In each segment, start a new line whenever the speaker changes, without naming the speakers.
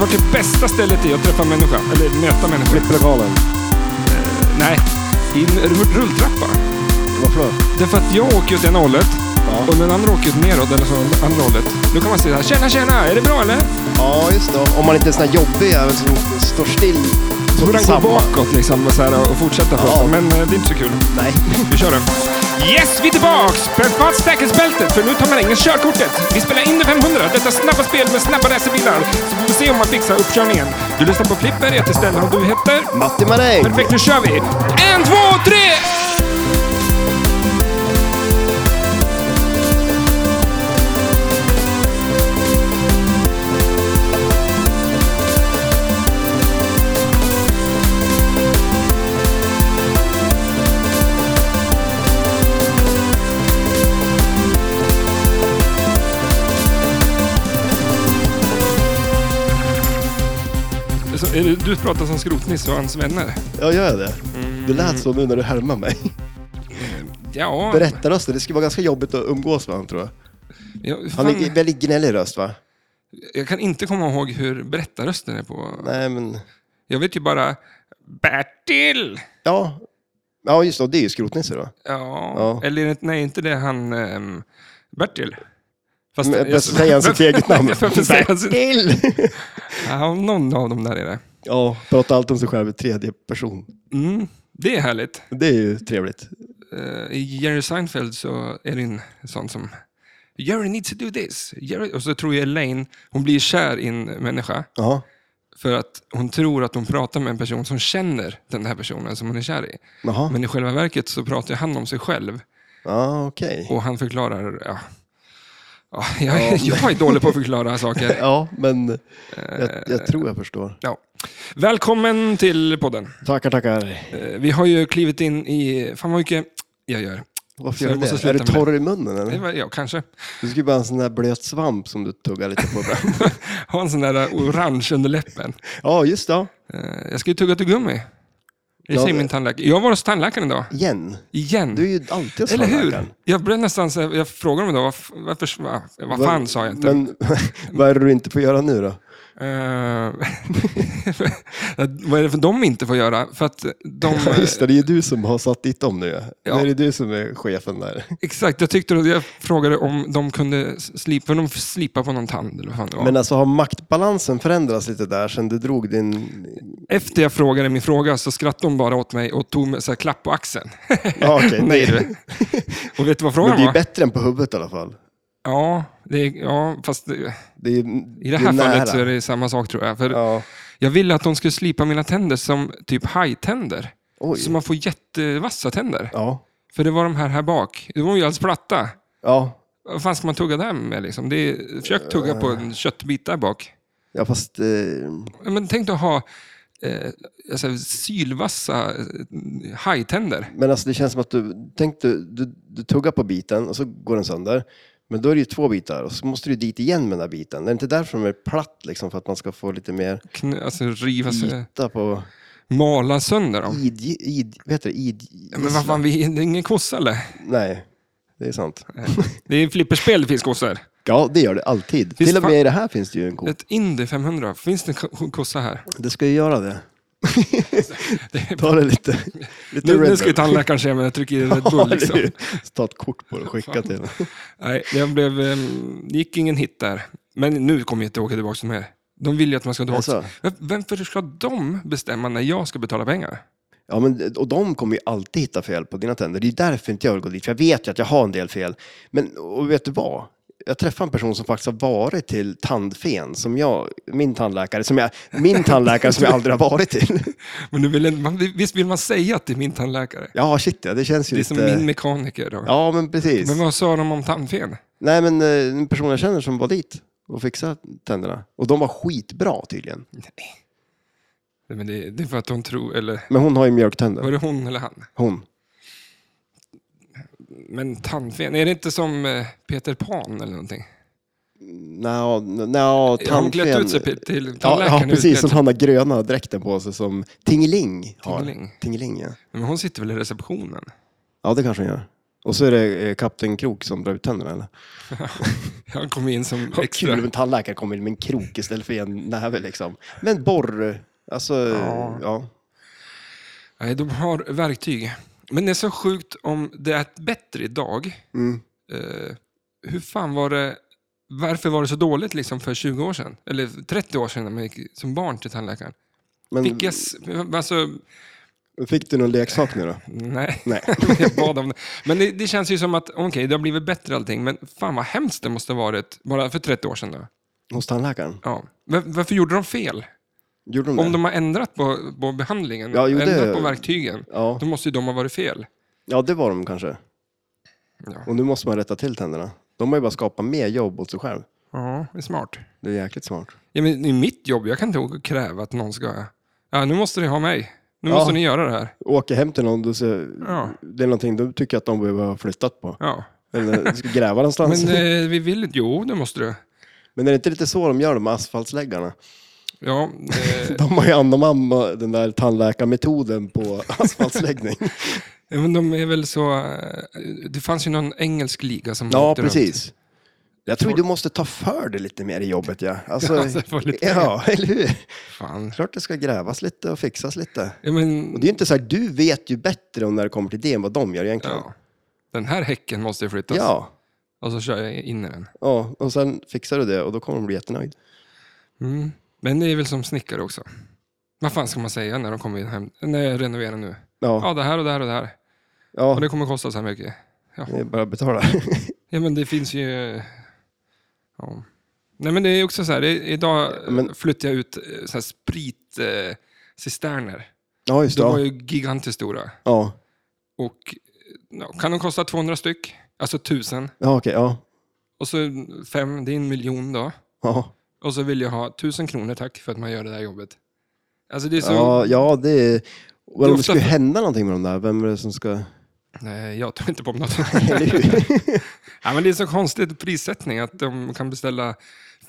varit det bästa stället i att träffa människor. Eller möta människor.
Klipplokalen.
Nej, i en rull- rulltrappa.
Varför då?
Därför att jag åker åt ena hållet
Ja.
och den andra åker åt neråt, eller så andra hållet. Då kan man säga så här, tjena tjena, är det bra eller?
Ja, just det. Om man inte är en sån här jobbig jävel som står still.
Så får den
Samma.
gå bakåt liksom och, så här, och fortsätta prata. Men eh, det är inte så kul.
Nej.
Vi kör den. Yes, vi är tillbaks! Spänn fast säkerhetsbältet, för nu tar man in körkortet. Vi spelar in det 500, detta snabba spel med snabba racerbilar. Så får vi se om man fixar uppkörningen. Du lyssnar på Flipper, jag heter Stellan och du heter?
Matti Maräng.
Perfekt, nu kör vi! En, två, tre! Så, är det, du pratar som Skrotnisse och hans vänner.
Ja, gör jag det? Det lät så nu när du härmar mig.
Ja,
Berättarrösten, det skulle vara ganska jobbigt att umgås med honom tror jag.
jag,
Han är
fan,
väldigt gnällig röst va?
jag kan inte komma ihåg hur berättarrösten är på...
Nej, men...
Jag vet ju bara Bertil!
Ja. Ja, just det. Det är ju Skrotnisse då.
Ja,
Ja.
eller är det- nej, inte det han ehm, Bertil. Fast
Men jag säger han sitt eget namn.
Varför säger han sitt...
Bertil!
Ja, någon av dem där är det.
ja, pratar alltid om sig själv i tredje person.
Mm, det är härligt.
Det är ju trevligt.
Eh, I Jerry Seinfeld så är det en sån som Jerry needs to do this. Jerry... Och så tror jag Elaine, hon blir kär i en människa
Ja.
för att hon tror att hon pratar med en person som känner den här personen som hon är kär i.
Jaha.
Men i själva verket så pratar han om sig själv
Ja, okej.
och han förklarar... Ja, ja, jag, jag är dålig på att förklara saker.
Ja, men jag, jag tror jag förstår.
Ja. Välkommen till podden.
Tackar, tackar.
Eh, Vi har ju klivit in i... Fan vad mycket jag gör.
Varför
Så
gör
jag
du
måste
det? Är
sluta
du
med
torr i munnen
Det
eller?
var- Ja, kanske.
Du skulle bara ha en sån där blöt svamp som du tuggar lite på ibland.
Har en sån där orange under läppen.
ja, just det.
Eh, Jag ska ju tugga tuggummi. Det
Ja,
säger
det-
min tandläkare. Jag var hos tandläkaren idag.
Igen.
Igen.
Du är ju alltid hos
Eller hur?
tandläkaren.
Jag blev nästan så här- Jag frågade dem idag. varf- Varför... va- Vad fan sa jag inte? Mm.
Men vad är det du inte får göra nu då?
Eh, vad är det för de inte får göra? För att de...
Ja, just det, det är ju du som har satt dit dem nu. Ja.
Ja.
Nu är det du som är chefen där.
Exakt, jag tyckte jag frågade om de kunde slipa, de slipa på någon tand eller vad fan det var.
Men alltså har maktbalansen förändrats lite där sen du drog din...
Efter jag frågade min fråga så skrattade hon bara åt mig och tog mig så här klapp på axeln.
Ja, okej.
Nej du. Och vet du vad
Men
frågan
det är ju
var?
bättre än på huvudet i alla fall.
Ja, det är, ja, fast det,
Det är,
i det här
är nära.
fallet så är det samma sak tror jag. För
Ja.
Jag ville att de skulle slipa mina tänder som typ hajtänder.
Oj.
Så man får jättevassa tänder.
Ja.
För det var de här här bak. De var ju alldeles platta.
Ja.
Vad fan ska man tugga där med liksom? Det är, försök tugga på
Eh.
en köttbit där bak.
ja, fast... Eh,
Ja, Men tänk dig att ha eh, alltså, sylvassa eh, hajtänder.
men alltså det känns som att du... Tänk du, du, du tuggar på biten och så går den sönder. Men då är det ju två bitar och så måste du dit igen med den där biten. Är det inte därför de är platt liksom? För att man ska få lite mer
Knö, alltså riva, sig,
yta på...
mala sönder dem.
Id, id, vad heter det? Id,
Ja, Men vad fan, vi, det är ingen kossa eller?
Nej, det är sant.
Det är flipperspel det finns kossor.
Ja, det gör det alltid.
Finns
Till och
fan-
med i det här finns det ju en ko.
Ett Indy 500, finns det en ko- kossa här?
Det ska ju göra det.
Det är
Ta det lite... lite
Nu,
Red
nu ska ju
Bull.
tandläkaren se mig jag trycker i Red
Ja,
Bull.
det är
Liksom.
ju- Ta ett kort på det och skicka till
Nej, jag blev, eh, det gick ingen hit där. Men nu kommer jag inte åka tillbaka med. De vill ju att man ska tillbaka.
Alltså.
Vem- Varför ska de bestämma när jag ska betala pengar?
Ja, men, och de kommer ju alltid hitta fel på dina tänder. Det är ju därför inte jag vill gå dit, för jag vet ju att jag har en del fel. Men och vet du vad? Jag träffade en person som faktiskt har varit till tandfen, som jag, min tandläkare, som jag, min tandläkare som jag aldrig har varit till.
Men nu vill, man, visst vill man säga att det är min tandläkare?
Ja, shit ja, det känns
Det
ju
är
lite...
som min mekaniker. Då.
Ja, men precis.
Men vad sa de om tandfen?
Nej, men eh, en person jag känner som var dit och fixade tänderna. Och de var skitbra tydligen.
Nej, men det, det är för att de tror, eller
Men hon har ju mjölktänder.
var det hon eller han?
Hon.
Men tandfen, är det inte som eh, Peter Pan eller någonting?
Nja, nja,
Har hon klätt
tandfen-
ut sig pe- till
Ja,
tandläkaren?
ja, precis. Som
utklädd-
han har gröna dräkten på sig som Tingeling har.
Tingeling.
Tingeling, ja.
Men hon sitter väl i receptionen?
Ja, det kanske hon gör. Och så är det eh, Kapten Krok som drar ut tänderna eller?
Han kom in som
Och
extra.
Kul om en tandläkare kommer in med en krok istället för en näve liksom. Men borr, alltså
Ja.
ja.
Nej, de har verktyg. Men det är så sjukt om det är bättre idag.
Mm.
Eh, hur fan var det... Varför var det så dåligt liksom för 20 år sedan? Eller 30 år sedan när man gick som barn till tandläkaren?
Men
Fick
fick,
jag... s- Alltså,
du någon leksak nu då?
nej.
Nej.
jag bad om det. Men det, det känns ju som att, okej, det har blivit bättre allting, men fan vad hemskt det måste ha varit bara för 30 år sedan. Då.
Hos tandläkaren?
Ja. Var, varför gjorde de fel?
Gjorde de det?
Om de har ändrat på, på behandlingen,
Ja, jo, det-
ändrat på verktygen,
Ja.
då måste ju de ha varit fel.
ja, det var de kanske.
Ja.
Och nu måste man rätta till tänderna. De har ju bara skapat mer jobb åt sig själv.
Ja, det är smart.
Det är jäkligt smart.
Ja, men det är mitt jobb, jag kan inte åka och kräva att någon ska... Ja, nu måste ni ha mig. Nu
Ja.
måste ni göra det här.
Åka hem till någon, då ser,
Ja.
det är någonting du tycker att de behöver ha flyttat på.
Ja.
Eller du ska gräva någonstans.
Men
Men,
eh, vi vill inte... Jo, det måste du.
är det inte lite så de gör de med asfaltsläggarna?
Ja, eh,
De har ju anammat den där tandläkarmetoden på asfaltsläggning.
eh, men de är väl så... eh, Det fanns ju någon engelsk liga som
ja,
åkte runt.
precis. Jag tror du måste ta för dig lite mer i jobbet. Ja, alltså,
Ja, det var lite-
ja eller hur?
Fan.
Klart det ska grävas lite och fixas lite.
Ja, men...
Och det är ju inte så här, du vet ju bättre om när det kommer till det än vad de gör egentligen.
Ja. Den här häcken måste ju flyttas.
Ja,
Och så kör jag in i den.
ja, och sen fixar du det och då kommer de bli jättenöjd.
Mm. Men det är väl som snickare också. Vad fan ska man säga när de kommer in hem? Nej, jag renoverar nu.
Ja,
Ja, det här och det här och det här.
ja,
Och det kommer kosta så här mycket.
det är bara att betala.
Ja, men det finns ju... Ja. Nej, men det är också så här. det- Idag
Ja, men-
eh, flyttar jag ut eh, så här sprit... eh, cisterner.
Ja, just det.
De var
Ja.
ju gigantiskt stora.
Ja,
Och eh, ja, kan de kosta 200 styck? Alltså 1000.
ja okej. Ja.
Och så fem, det är en miljon då.
Ja.
Och så vill jag ha 1000 kronor tack för att man gör det där jobbet. Alltså det är så...
Ja, ja, det är...
är
Well, om
ofta
det skulle
för-
hända någonting med de där, vem är det som ska...
Nej, jag tar inte på mig något.
Eller hur?
ja, men det är så konstigt prissättning att de kan beställa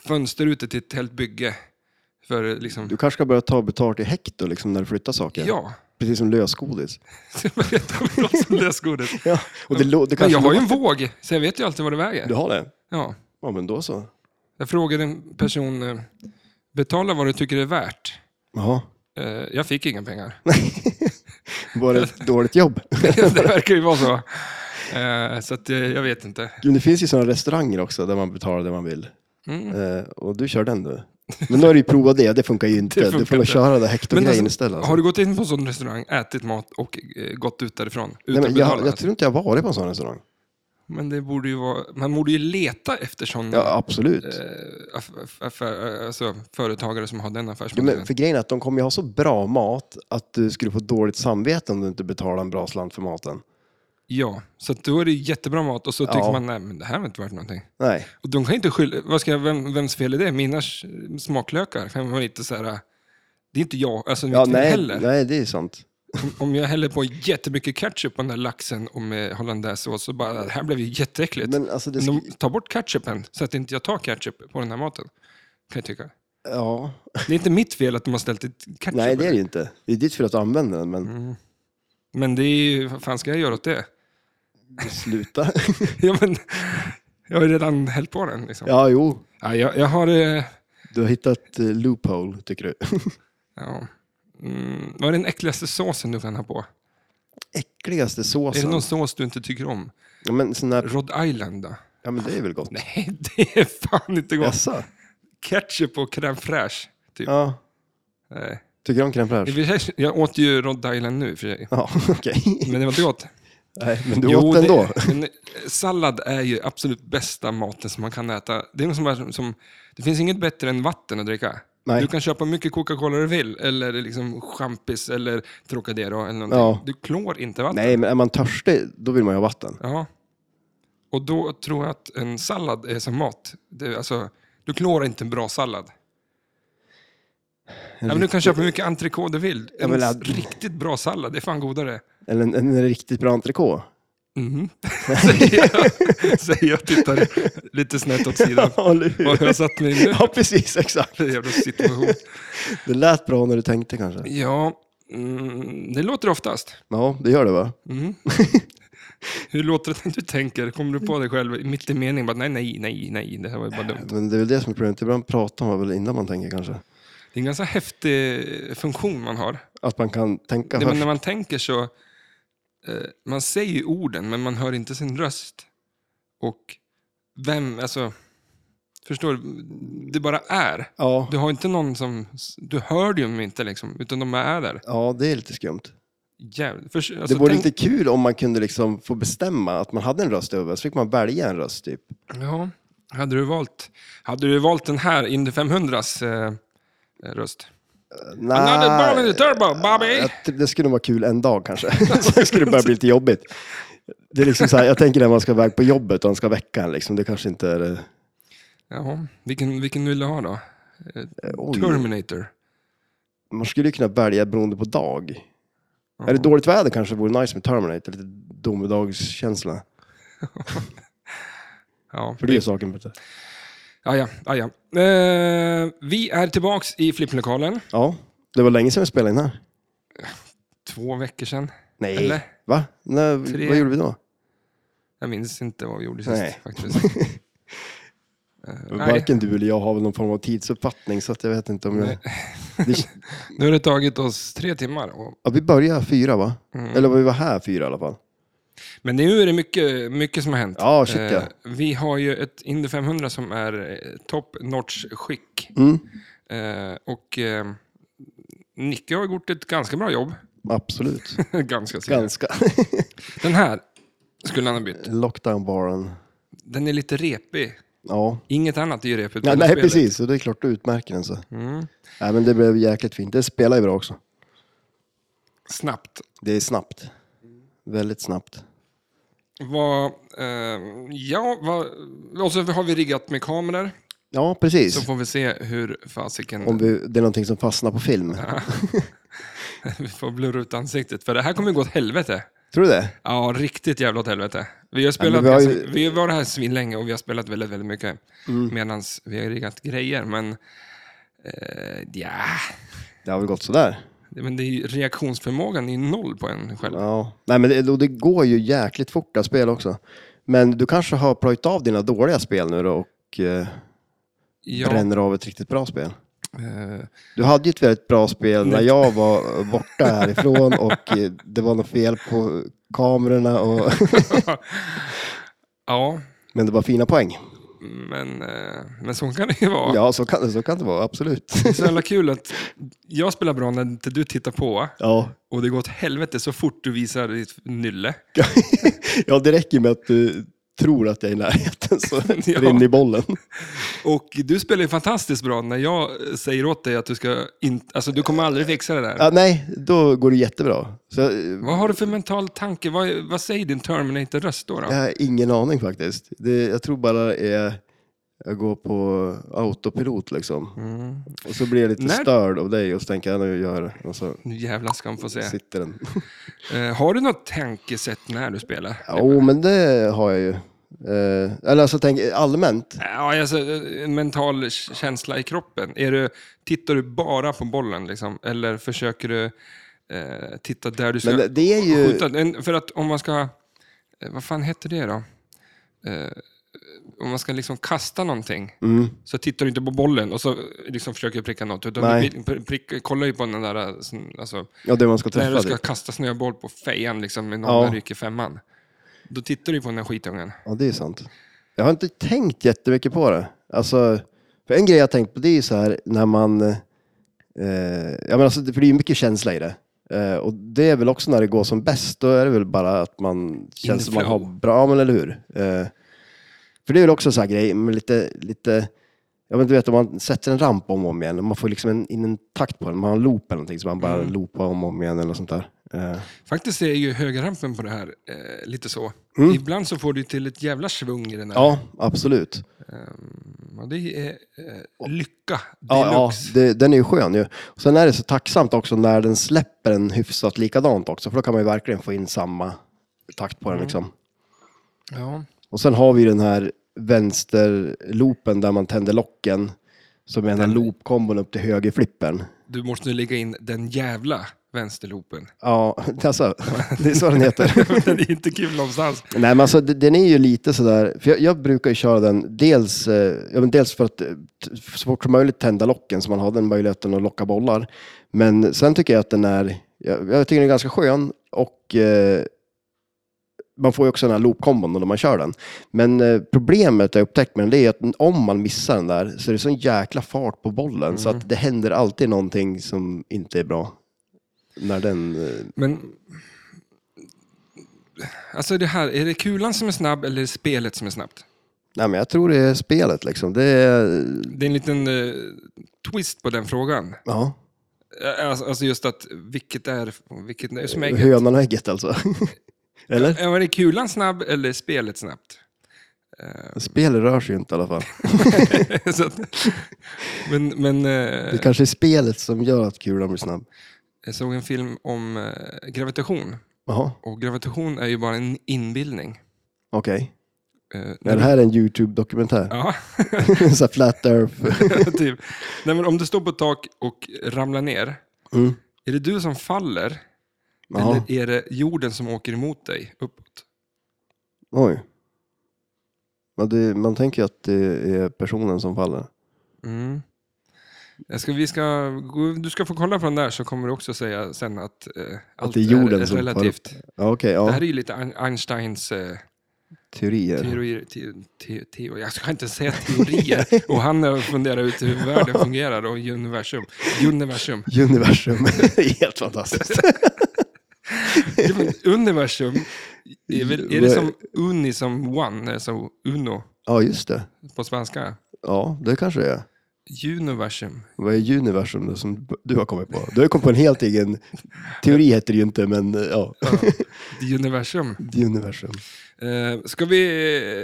fönsterrutor till ett helt bygge. För liksom...
Du kanske ska börja ta betalt i hekto liksom, när du flyttar saker?
Ja,
Precis som lösgodis.
det var jättebra som lösgodis.
Ja. Och det, lo- det
Men
kanske
jag har ju en
låter-
våg, så jag vet ju alltid vad det väger.
Du har det?
Ja.
Ja, men då så.
Jag frågade en person, eh, betala vad du tycker det är värt.
Jaha.
Eh, Jag fick inga pengar.
Var det ett dåligt jobb?
det verkar ju vara så. Eh, Så att eh, jag vet inte.
Men det finns ju sådana restauranger också där man betalar det man vill.
Mm.
Eh, och du kör den du. Men nu har du ju provat det, det funkar ju inte.
Det funkar
du får nog
inte.
köra det där hekto-grejen
Men alltså,
istället. Alltså.
Har du gått in på en sån restaurang, ätit mat och eh, gått ut därifrån? Utan
Nej, men
betala?
jag, jag tror inte jag har varit på en sån restaurang.
Men det borde ju vara, man borde ju leta efter sådana
Ja, absolut.
eh, aff, aff, affär, eh, alltså, företagare som har den
Ja,
affärsmodellen.
men för grejen är att de kommer ju ha så bra mat att du skulle få dåligt samvete om du inte betalar en bra slant för maten.
Ja, så att då är det jättebra mat och så
Ja.
tycker man nej, men det här var inte värt någonting.
Nej,
Och de kan inte skylla, vad ska jag, vem, vems fel är det? Mina s- smaklökar kan man inte så här, eh, det är inte jag, alltså
ja,
inte jag
nej,
heller.
nej det är ju sant.
Om- Om jag häller på jättemycket ketchup på den där laxen och med hollandaisesås så bara, det här blev ju jätteäckligt.
Men alltså det
Men
sk-
de tar bort ketchupen så att inte jag tar ketchup på den här maten. Kan jag tycka.
ja.
Det är inte mitt fel att de har ställt dit ketchup.
Nej, det är det ju inte. Det är ditt fel att du använder den, men
Mm. Men det är ju, vad fan ska jag göra åt det?
sluta.
ja, men, jag har ju redan hällt på den. Liksom. Ja.
ja, jo.
jag, jag har... eh,
Du har hittat eh, loophole, tycker du.
Ja. Mm, vad är den äckligaste såsen du kan ha på?
Äckligaste
Är det
såsen.
någon sås du inte tycker om?
ja, men, sån där...
Rhode Island då?
ja, men det är väl gott.
Nej, det är fan inte gott.
Jaså?
Ketchup och crème fraîche. Typ.
Ja.
Nej.
Tycker du om crème
I och
fraîche?
för sig, Jag åt ju Rhode Island nu i och för sig.
Ja, okej.
Men det var inte gott.
Nej, men du
Jo,
åt den då?
Det, men eh, sallad är ju absolut bästa maten som man kan äta. Det, är något som är, som, det finns inget bättre än vatten att dricka.
Nej.
Du kan köpa mycket Coca-Cola du vill, eller liksom champis eller Trocadero. Eller någonting.
Ja.
Du klår inte vatten.
Nej, men är man törstig, då vill man ju ha vatten.
Ja. Och då tror jag att en sallad är som mat. Det, alltså, du klår inte en bra sallad. Ja, men du kan köpa hur mycket entrecote du vill. En
men,
s-
ja.
riktigt bra sallad, det är fan godare.
Eller en, en riktigt bra entrecote.
Mhm. säger, jag, säger jag och tittar lite snett åt sidan.
Ja, eller hur?
Var har jag satt mig nu?
Ja, precis, exakt.
För jävla situation.
Det lät bra när du tänkte kanske.
Ja, mm, det låter oftast.
Ja, det gör det va?
Mm. Hur låter det när du tänker? Kommer du på dig själv mitt i meningen? Bara, nej, nej, nej, nej, det här var ju bara dumt.
Men det är väl det som är problemet. Ibland pratar man väl innan man tänker kanske.
Det är en ganska häftig funktion man har.
Att man kan tänka
Det, men
först.
när man tänker så... Eh, man säger ju orden, men man hör inte sin röst. Och vem, alltså... Förstår du? Det bara är.
Ja,
Du har inte någon som... Du hör dem inte, liksom, utan de är där.
ja, det är lite skumt.
Jävligt. Förs-
Det
alltså,
vore
tänk-
inte kul om man kunde liksom få bestämma att man hade en röst över, så fick man välja en röst typ.
Ja, hade du valt, hade du valt den här Indy 500s eh, röst?
Nej,
Another ball in the turbo, Bobby!
Ah, jag t- det skulle vara kul en dag kanske. Sen skulle det börja bli lite jobbigt. Det är liksom så här, jag tänker när man ska iväg på jobbet och han ska väcka en, liksom, det kanske inte är... eh,
Jaha, vilken, vilken vill du ha då? Eh,
Oj,
Terminator.
man skulle ju kunna välja beroende på dag.
Ja.
Är det dåligt väder kanske vore nice med Terminator, lite domedagskänsla.
Ja, Ah,
För det är ju saken. vet du.
ja, ja. ja, ja. Eh, vi är tillbaks i flipplokalen.
Ja, det var länge sedan vi spelade in här.
Två veckor sedan.
Nej,
Eller?
va? När,
Tre.
vad gjorde vi då?
Jag minns inte vad vi gjorde sist
Nej.
faktiskt. Eh, nej.
Varken du eller jag har väl någon form av tidsuppfattning, så att jag vet inte om jag... Det,
Nu har det tagit oss tre timmar. Och,
ja, vi började fyra, va?
Mm.
Eller vi var här fyra i alla fall.
men nu är det mycket, mycket som har hänt.
Ja, shit, ja.
Eh, vi har ju ett Indy 500 som är eh, top notch skick.
Mm,
Eh, och eh, Nicke har gjort ett ganska bra jobb.
absolut.
ganska säger jag.
Ganska.
Den här skulle han ha bytt.
Lockdown-baren.
Den är lite repig.
Ja.
Inget annat är ju repigt.
Nej,
på
nej,
spelet. Mm.
precis. Och det är klart, du utmärker den så. Nej, men det blev jäkligt fint. Det spelar ju bra också.
Snabbt.
Det är snabbt.
Mm.
Väldigt snabbt.
Vad, eh, ja, vad, och så har vi riggat med kameror.
Ja, precis.
Så får vi se hur fasiken...
Om vi, det är någonting som fastnar på film.
vi får blurra ut ansiktet. För det här kommer ju gå åt helvete.
Tror du det?
Ja, riktigt jävla åt helvete. Vi har spelat,
vi
vi
har
har,
ju-
ganska, vi har varit här svinlänge och vi har spelat väldigt, väldigt mycket. Medan vi har riggat grejer, men... Eh, ja,
Det har väl gått sådär.
men det är, ju- reaktionsförmågan är ju noll på en själv.
Ja. Nej, men det, och det går ju jäkligt fort att spela också. Men du kanske har plöjt av dina dåliga spel nu då och eh,
Ja,
bränner av ett riktigt bra spel.
eh,
Du hade ju ett väldigt bra spel när jag var borta härifrån och eh, det var något fel på kamerorna. Och
ja
men det var fina poäng.
men, eh, men så kan det ju vara.
Ja, så kan, det- så kan det vara, absolut.
Det är så jävla kul att jag spelar bra när inte du tittar på
Ja.
och det går åt helvete så fort du visar ditt nylle.
ja, det räcker med att du tror att jag är i närheten så
Ja.
rinner i bollen.
Och du spelar ju fantastiskt bra när jag eh, säger åt dig att du ska inte... Alltså, du kommer aldrig fixa det där.
Ja, nej, då går det jättebra. Så, eh,
Vad har du för mental tanke? Vad, vad säger din Terminator-röst då? då?
jag har ingen aning faktiskt. Det, jag tror bara det är, jag går på autopilot liksom.
Mm.
Och så blir jag lite
När-
störd av dig och så tänker jag nu gör jag det. Och så
Nu jävlar ska han få se.
sitter den.
Eh, har du något tankesätt när du spelar? Eh,
Jo, men det har jag ju. Eh, eller alltså, tänk allmänt.
Ja, alltså, eh, en mental k- känsla i kroppen. Är du, tittar du bara på bollen liksom? Eller försöker du eh, titta där du ska
Men det, det är ju...
skjuta? En- För att om man ska... eh, Vad fan heter det då? Eh, om man ska liksom kasta någonting.
Mm,
Så tittar du inte på bollen och så eh, liksom försöker pricka något. Utan
Nej.
du pri- prick, kollar ju på den där... eh, sån- Alltså,
ja, det man ska träffa.
När du ska
det.
kasta snöboll på fejan liksom, med
Ja.
någon som ryker femman. Då tittar du på den här skitungen.
Ja, det är sant. Jag har inte tänkt jättemycket på det. Alltså, för en grej jag har tänkt på det är ju så här när man... Eh, ja, men alltså, det- för det är ju mycket känsla i det. Eh, och det är väl också när det går som bäst. Då är det väl bara att man känns som man har
flow.
bra, ja, men eller hur? Eh, för det är väl också en sån här grej med lite... lite Ja, men du vet om man sätter en ramp om och om igen och man får liksom en, in en takt på den. Man har en loop eller någonting så man bara loopar om och om igen eller något sånt där. Eh,
Faktiskt är ju högerrampen på det här eh, lite så. Ibland så får du till ett jävla svung i den här.
Mm. ja, absolut.
Ehm, och det är eh, lycka
Ja, ja
deluxe.
det, den är ju skön ju. Och sen är det så tacksamt också när den släpper en hyfsat likadant också, för då kan man ju verkligen få in samma takt på den liksom.
Ja.
Och sen har vi ju den här vänsterloopen där man tänder locken, som är den här loopkombon upp till högerflippen.
Du måste lägga in den jävla Vänsterloopen.
Ja, alltså, det är så den heter.
den är inte kul någonstans.
Nej, men alltså, d- den är ju lite sådär, för jag, jag brukar ju köra den dels, eh, ja, men dels för att eh, t- så fort som möjligt tända locken så man har den möjligheten att locka bollar. Men sen tycker jag att den är, jag, jag tycker den är ganska skön och eh, man får ju också den här loopkombon när man kör den. Men eh, problemet jag upptäckt med den det är att om man missar den där så är det sån jäkla fart på bollen så att det händer alltid någonting som inte är bra. När den... eh,
Men... Alltså det här, är det kulan som är snabb eller är det spelet som är snabbt?
Nej, men jag tror det är spelet liksom. Det är...
Det är en liten eh, twist på den frågan.
Ja.
Eh, Alltså, alltså just att vilket är, vilket är som ägget?
Hönan och ägget alltså. Eller?
Är det kulan snabb eller är spelet snabbt?
Spel rör sig ju inte i alla fall.
Så att, men men
Det
eh,
kanske är spelet som gör att kulan blir snabb.
jag såg en film om eh, gravitation.
Jaha,
Och gravitation är ju bara en inbildning.
okej.
Eh,
Nej, det här är en YouTube-dokumentär.
Ja,
så här flat earth.
typ. Nej, men om du står på ett tak och ramlar ner.
Mm.
Är det du som faller
Ja,
eller är det jorden som åker emot dig uppåt?
oj. Men det, man tänker ju att det är personen som faller.
Mm. Jag ska, vi ska, gå- du ska få kolla på den där så kommer du också säga sen att eh, allt
det är jorden
är
som far upp.
relativt.
Ja, okej.
Det
ja,
här är ju lite Ein- Einsteins eh,
teorier.
teorier. Te, te, te, jag ska inte säga teorier. och han har funderat ut hur världen fungerar och universum. Universum.
Universum. Det är Helt fantastiskt.
Ja, men Universum, är, väl, är det som uni som one, alltså uno
Ja, just det.
på svenska?
Ja, det kanske det är.
Universum.
Vad är universum då som du har kommit på? Du har kommit på en helt egen... Teori heter det ju inte, men ja.
Ja, universum.
Universum.
Eh, ska vi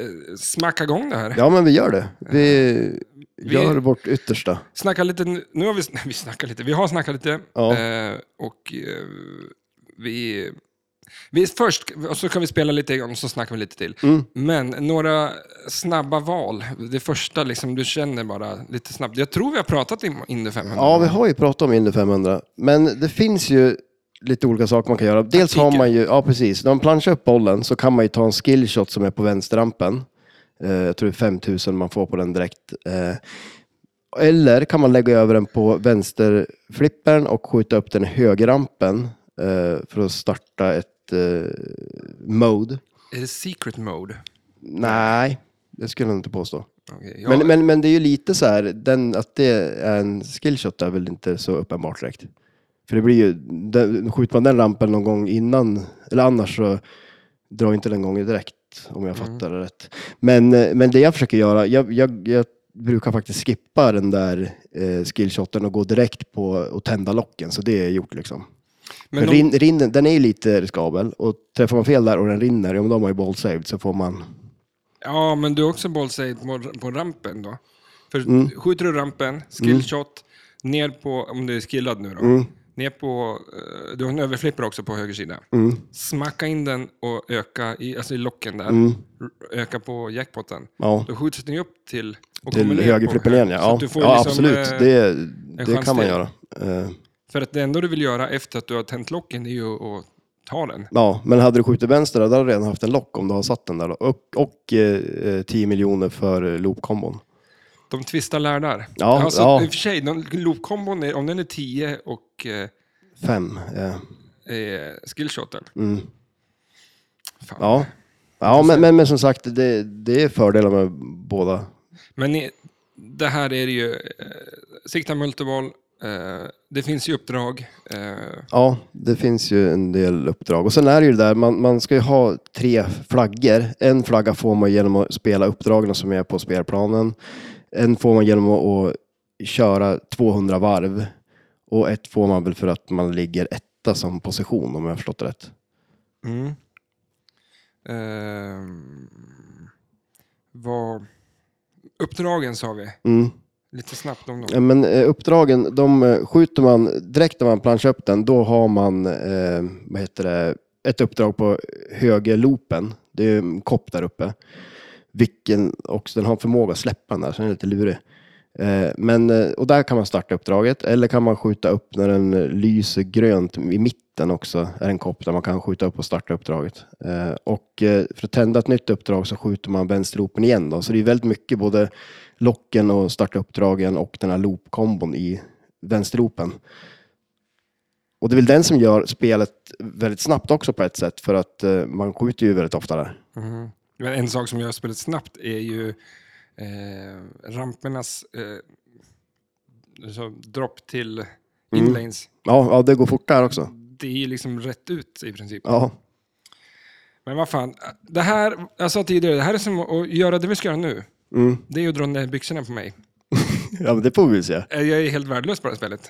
eh, smacka igång det här?
Ja, men vi gör det. Vi gör
Vi-
vårt yttersta.
Snacka lite, nu har vi, vi snackar lite, vi har snackat lite.
Ja.
Eh, och eh, vi, vi, först, och så kan vi spela lite igen och så snackar vi lite till.
Mm.
Men några snabba val, det första liksom du känner bara lite snabbt. Jag tror vi har pratat om Indy 500.
Ja, vi har ju pratat om Indy 500, men det finns ju lite olika saker man kan göra. Dels har man ju, ja precis, när man planchar upp bollen så kan man ju ta en skillshot som är på vänsterrampen. Eh, jag tror det är 5000 man får på den direkt. Eh, eller kan man lägga över den på vänsterflippern och skjuta upp den i högerrampen eh, för att starta ett eh, mode.
Är det secret mode?
Nej, det skulle jag inte påstå.
Okej, ja,
Men, men, men det är ju lite så här, den, att det är en skillshot är väl inte så uppenbart direkt. För det blir ju, den, skjuter man den rampen någon gång innan, eller annars så drar inte den gången direkt, om jag
Mm.
fattar det rätt. Men, eh, men det jag försöker göra, jag, jag, jag brukar faktiskt skippa den där eh, skillshoten och gå direkt på och tända locken, så det är gjort liksom.
men
För
de,
rin, rinnen, den är ju lite riskabel och träffar man fel där och den rinner, ja men då har man ju ball saved så får man...
ja, men du har också bollsaved på, på rampen då? För
Mm.
skjuter du rampen, skillshot, ner på, om du är skillad nu då,
Mm.
ner på, eh, du har en överflipper också på höger sida.
mm,
Smacka in den och öka i, alltså i locken där,
Mm.
R- öka på jackpotten.
Ja.
Då skjuts den ju upp till, och kommer
Till
ner
högerflippen
på-
igen, ja.
Så
Ja,
att du får
ja
liksom, eh,
absolut. Det, det
chans
kan man
till.
göra. Eh,
För att det enda du vill göra efter att du har tänt locken är ju att ta den.
Ja, men hade du skjutit vänster, där hade du redan haft en lock om du har satt den där. Då. Och, och eh, eh, 10 miljoner för eh, loopkombon.
De twistar lärdar.
Ja,
alltså,
ja.
I och för sig, de- loopkombon, är- om den är 10 och eh,
Fem. Eh,
eh, skillshoten.
mm.
Fan.
Ja, ja men, men, men som sagt, det, det är fördelar med båda.
Men i, det här är det ju, eh, sikta multiboll, eh, det finns ju uppdrag. Eh,
Ja, det finns ju en del uppdrag. Och sen är det ju det där, man, man ska ju ha tre flaggor. En flagga får man genom att spela uppdragen som är på spelplanen. En får man genom att, att köra 200 varv. Och ett får man väl för att man ligger etta som position om jag har förstått det rätt.
mm. Ehm, vad, uppdragen sa vi,
Mm.
lite snabbt om dem.
Ja, Men eh, uppdragen, de eh, skjuter man direkt när man planchar upp den, då har man eh, vad heter det, ett uppdrag på högerloopen. Det är en kopp där uppe. Vilken också, den har en förmåga att släppa den där, så den är lite lurig. Eh, Men, eh, och där kan man starta uppdraget eller kan man skjuta upp när den eh, lyser grönt i mitten också. är en kopp där man kan skjuta upp och starta uppdraget. Eh, Och eh, för att tända ett nytt uppdrag så skjuter man vänsterloopen igen. Då. Så det är väldigt mycket både locken och starta uppdragen och den här loop-kombon i vänsterloopen. Och det är väl den som gör spelet väldigt snabbt också på ett sätt för att eh, man skjuter ju väldigt ofta där.
Mhm. Men en sak som gör spelet snabbt är ju eh, rampernas eh, så, dropp till inlanes.
Ja, ja det går fort där också.
Det är ju liksom rätt ut i princip.
Ja,
Men vad fan, det här, jag sa tidigare, det här är som att göra det vi ska göra nu.
mm.
Det är ju att dra ner byxorna på mig.
ja men det får vi väl se.
Eh, Jag är helt värdelös på det här spelet.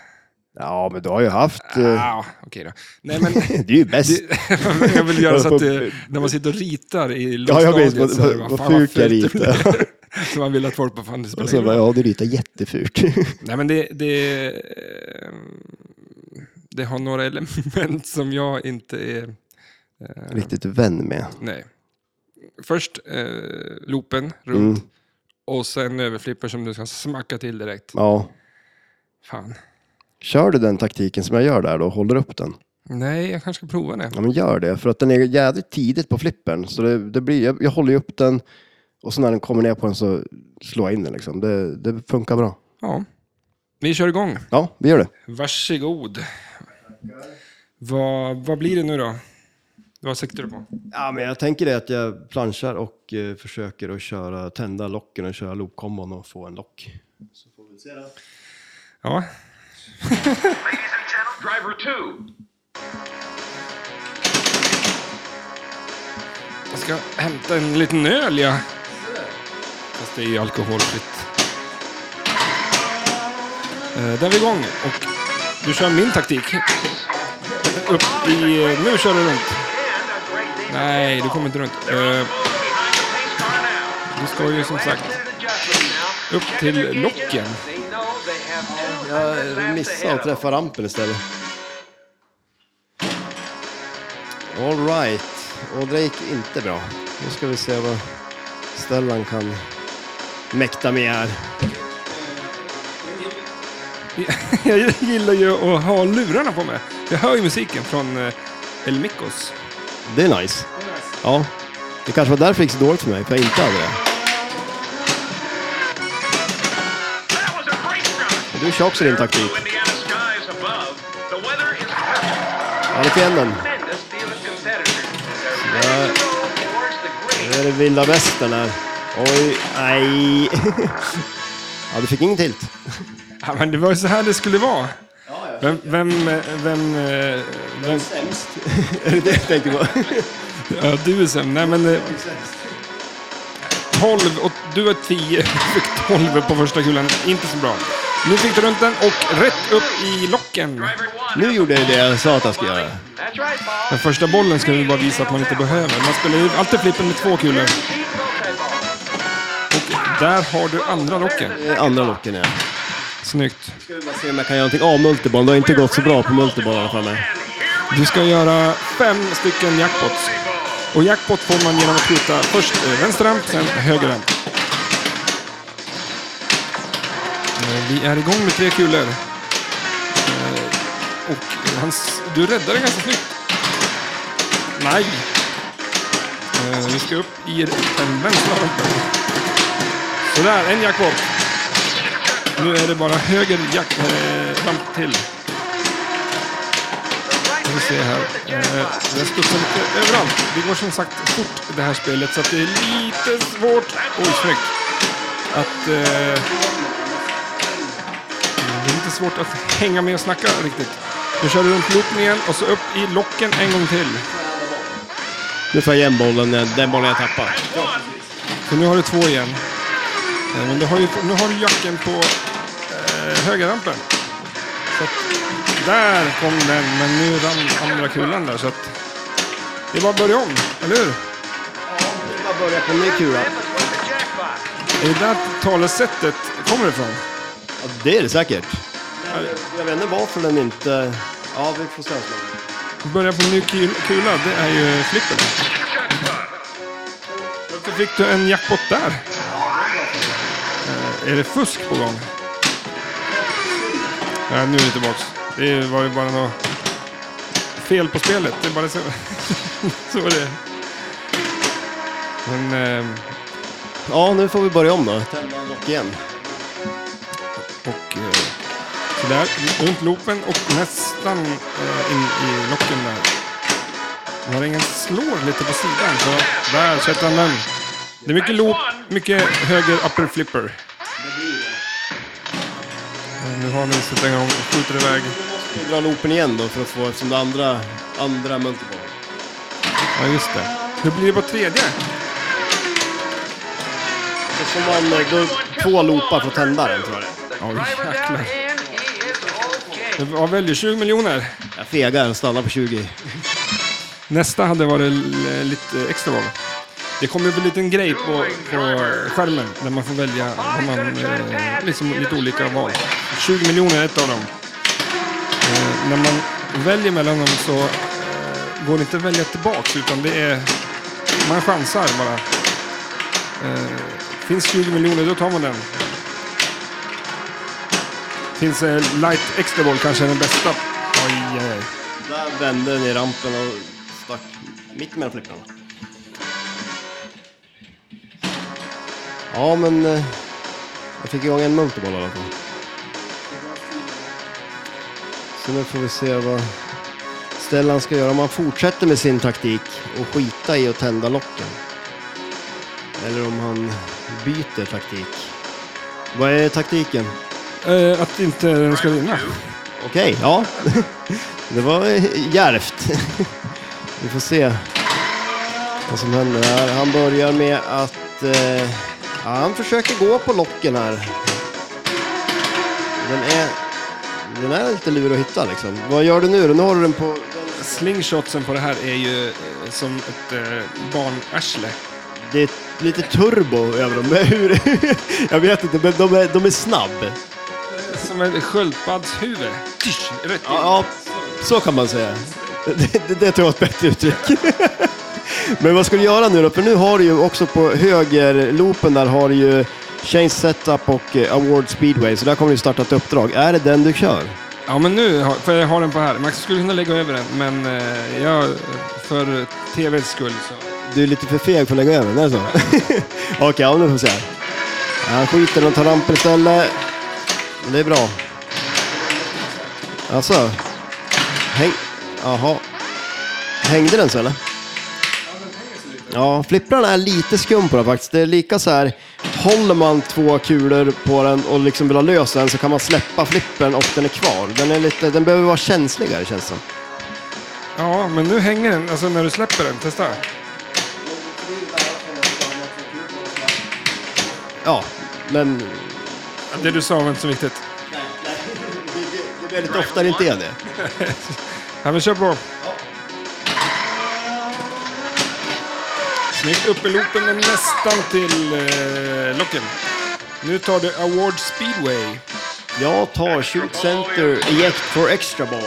Ja, men du har ju haft... eh,
Ah, okej då. Nej, men,
Det är ju bäst.
det- jag vill göra så att det, när man sitter och ritar i
Ja, jag vet.
lågstadiet
Vad,
så är det
vad,
bara,
vad
fan vad
fult jag
fult det
ritar.
blir. Så man vill att folk bara, fan det
Och
spelar
så
ingen
bara,
roll.
ja, du ritar jättefult.
Nej, men det, det, eh, det har några element som jag inte är... Eh,
Riktigt vän med.
nej. Först eh, loopen
Mm.
runt och sen överflipper som du ska smacka till direkt.
Ja.
Fan.
Kör du den taktiken som jag gör där då, och håller upp den?
Nej, jag kanske ska prova det.
Ja, men gör det. För att den är jädrigt tidigt på flippen. Så det, det blir, jag, jag håller ju upp den och så när den kommer ner på den så slår jag in den liksom. Det, det funkar bra.
Ja. Vi kör igång.
Ja, vi gör det.
Varsågod. Vad, vad blir det nu då? Vad siktar du på?
Ja, men jag tänker det att jag planchar och eh, försöker att köra, tända locken och köra loopkombon och få en lock. Så får vi se då.
Ja.
Ladies and gentlemen, driver two.
Jag ska hämta en liten öl, ja. Fast det är ju alkoholfritt. Eh, där är vi igång. Och du kör min taktik. Upp i... eh, Nu kör du runt. Nej, du kommer inte runt. Eh, du ska ju som sagt... Upp till locken.
Jag missar och träffar rampen istället. All right. Och det gick inte bra. Nu ska vi se vad Stellan kan mäkta med här.
Jag gillar ju att ha lurarna på mig. Jag hör ju musiken från eh, El Micos.
Det är nice. Ja. Det kanske var därför det gick så dåligt för mig, för jag inte hade det. Du kör också din taktik. Ja, det är den. Nu är det vilda västern här. Oj, nej. Ja, du fick ingen tilt.
Ja, men det var ju så här det skulle vara. Vem, vem, eh, vem, eh, vem,
Sämst. Är det det jag tänkte på?
ja, du är sämst. Nej, men eh, 12 och du är 10. Du fick 12 på första kulan. Inte så bra. Nu fick du runt den och rätt upp i locken.
Nu gjorde jag det jag sa att jag skulle göra.
Den första bollen skulle vi bara visa att man inte behöver. Man spelar ju alltid flippen med två kulor. Och där har du andra locken.
Det är Andra locken, ja.
Snyggt.
Ska vi bara se om jag kan göra någonting av multiball. Det har inte gått så bra på multiball i alla fall. nej.
Du ska göra fem stycken jackpots. Och jackpot får man genom att skjuta först eh, vänster ramp, sen höger ramp. Eh, Vi är igång med tre kulor. Eh, Och hans, du räddade ganska snyggt. Nej! Eh, Vi ska upp i den vänstra rampen. Sådär, en jackpot. Nu är det bara höger jack, eh, ramp till. Ska vi se här. Eh, Den studsar lite överallt. Det går som sagt fort det här spelet så att det är lite svårt... Oj, snyggt. Att... Eh, det är lite svårt att hänga med och snacka riktigt. Nu kör du runt loopen igen och så upp i locken en gång till.
Nu får jag igen bollen, eh, den bollen jag tappade.
Eh, Så nu har du två igen. Eh, Men du har ju, nu har du jacken på eh, högerrampen. Så att, där kom den, men nu rann andra kulan där. Så att, det är bara att börja om, eller hur?
Jag börjar på en ny kula.
Är det där talesättet kommer ifrån?
Ja, det är det säkert. Jag vet inte varför den inte... Ja, vi får se.
Börja på en ny kul- kula, det är ju flippen. Varför fick du en jackpot där? Eh, Är det fusk på gång? Nej, nu är det tillbaks. Det var ju bara något fel på spelet. Det är bara så. så var det. Men ehm,
Ja, nu får vi börja om då. Tända en lock igen.
och eh, sådär. Runt loopen och nästan eh, in i locken där. Varingen slår lite på sidan. Så där sätter han den. Det är mycket loop, mycket höger upper flipper. Men Nu har ni satt igång och skjuter iväg.
Ska vi dra loopen igen då för att få, eftersom det andra, andra multiple.
Ja, just det. Nu blir det bara tredje.
Då får man eh, då, två loopar för att tända den tror jag det
Oh,
är.
Driver down
jäklar.
and he is okay.
Jag väljer 20 miljoner.
Jag fegar och stannar på 20.
Nästa hade varit l- lite extra val. Det kommer upp en liten grej på, på skärmen där man får välja vad man, eh, liksom lite olika val. 20 miljoner är ett av dem. Eh, när man väljer mellan dem så eh, går det inte att välja tillbaks utan det är... Man chansar bara. Eh, finns 20 miljoner, då tar man den. Finns eh, light extra ball kanske är den bästa. Oj, oj, oj.
Där vände den i rampen och stack mitt mellan flipprarna. Ja, men eh, jag fick igång en multiboll i alla fall. Så nu får vi se vad Stellan ska göra. Om han fortsätter med sin taktik och skita i att tända locken. Eller om han byter taktik. Vad är taktiken?
Eh, att inte den ska vinna.
Okej, ja. Det var eh, järvt. Vi får se vad som händer här. Han börjar med att... Eh, ja, han försöker gå på locken här. Den är, den är lite lurig att hitta liksom. Vad gör du nu då? Nu har du den på...
Slingshotsen på det här är ju eh, som ett eh, barnarsle.
Det är lite turbo över dem. Men hur, jag vet inte, men de är, de är snabb.
Som ett sköldpaddshuvud. Tysch, Rätt in.
Ja, ja, så kan man säga. Det, det, det tror jag var ett bättre uttryck. Men vad ska du göra nu då? För nu har du ju också på högerloopen där har du ju Change Setup och eh, Award Speedway. Så där kommer du starta ett uppdrag. Är det den du kör?
Ja, men nu, har- för jag har den på här. Max skulle kunna lägga över den, men eh, jag, för tvs skull så...
Du är lite för feg för att lägga över, är det så? Okej, ja, nu får vi se. Han skiter i den, tar rampen istället. Men Det är bra. Alltså. Häng... Jaha. Hängde den så eller? Ja, flipprarna är lite skum på den faktiskt. Det är lika så här, håller man två kulor på den och liksom vill ha lös den så kan man släppa flippen och den är kvar. Den, är lite, den behöver vara känsligare känns det som.
Ja, men nu hänger den. Alltså när du släpper den, testa.
Ja, men
Det du sa var inte så viktigt.
det är väldigt ofta det inte är det.
Ja, men kör på. Snyggt upp i loopen, men nästan till eh, locken. Nu tar du Award Speedway.
Jag tar shoot center eject for extra ball.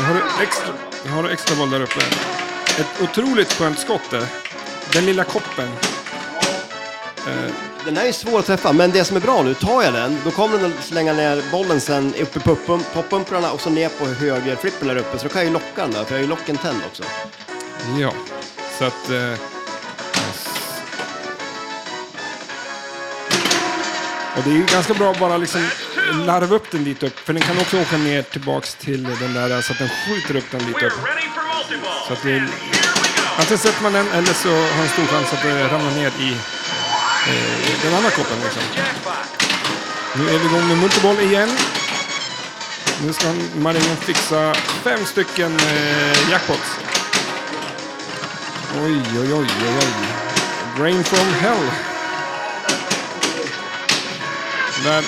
Nu har du extra, nu har du extra boll där uppe. Ett otroligt skönt skott där. Den lilla koppen.
Den här är svår att träffa, men det som är bra nu, tar jag den, då kommer den att slänga ner bollen sen upp i puppum- poppumprarna och så ner på högerflippen där uppe. Så då kan jag ju locka den där, för jag har ju locken tänd också.
Ja. Så att... Eh, yes. och det är ju ganska bra att bara liksom larva upp den dit upp. För den kan också åka ner tillbaks till den där så att den skjuter upp den lite upp.
We're ready for multi-ball.
Så att det är,
Here we go.
antingen sätter man den eller så har en stor chans att det ramlar ner i eh, den andra koppen liksom.
Jackpot.
Nu är vi igång med multiboll igen. Nu ska Maringen fixa fem stycken eh, jackpots. Oj, oj, oj, oj, oj. Rain from hell. Där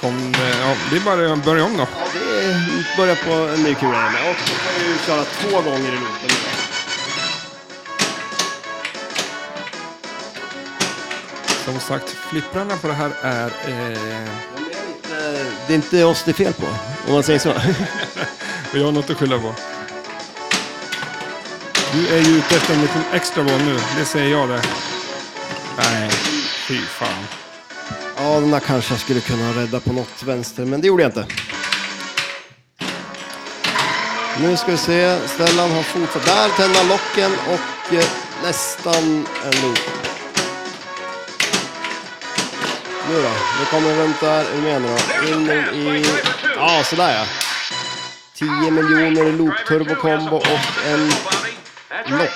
kom det. Ja, det är bara att börja om då.
Ja, det är- börjar på en ny kula här med. Och då kan jag ju köra två gånger i loopen.
Som sagt, flipprarna på det här är... Eh,
De är inte- Det är inte oss det är fel på, om man säger så.
och jag har något att skylla på. Du är ju ute efter en liten extra boll nu. Det säger jag det. Nej, fy fan.
Ja, den där kanske jag skulle kunna rädda på något vänster, men det gjorde jag inte. Nu ska vi se, Stellan har fortsatt där, tända locken och eh, nästan ändå. Nu då, nu kommer den runt där, hur menar du? In i... Ja, sådär ja. 10 miljoner i loop-turbo-kombo och en... lock.
lock.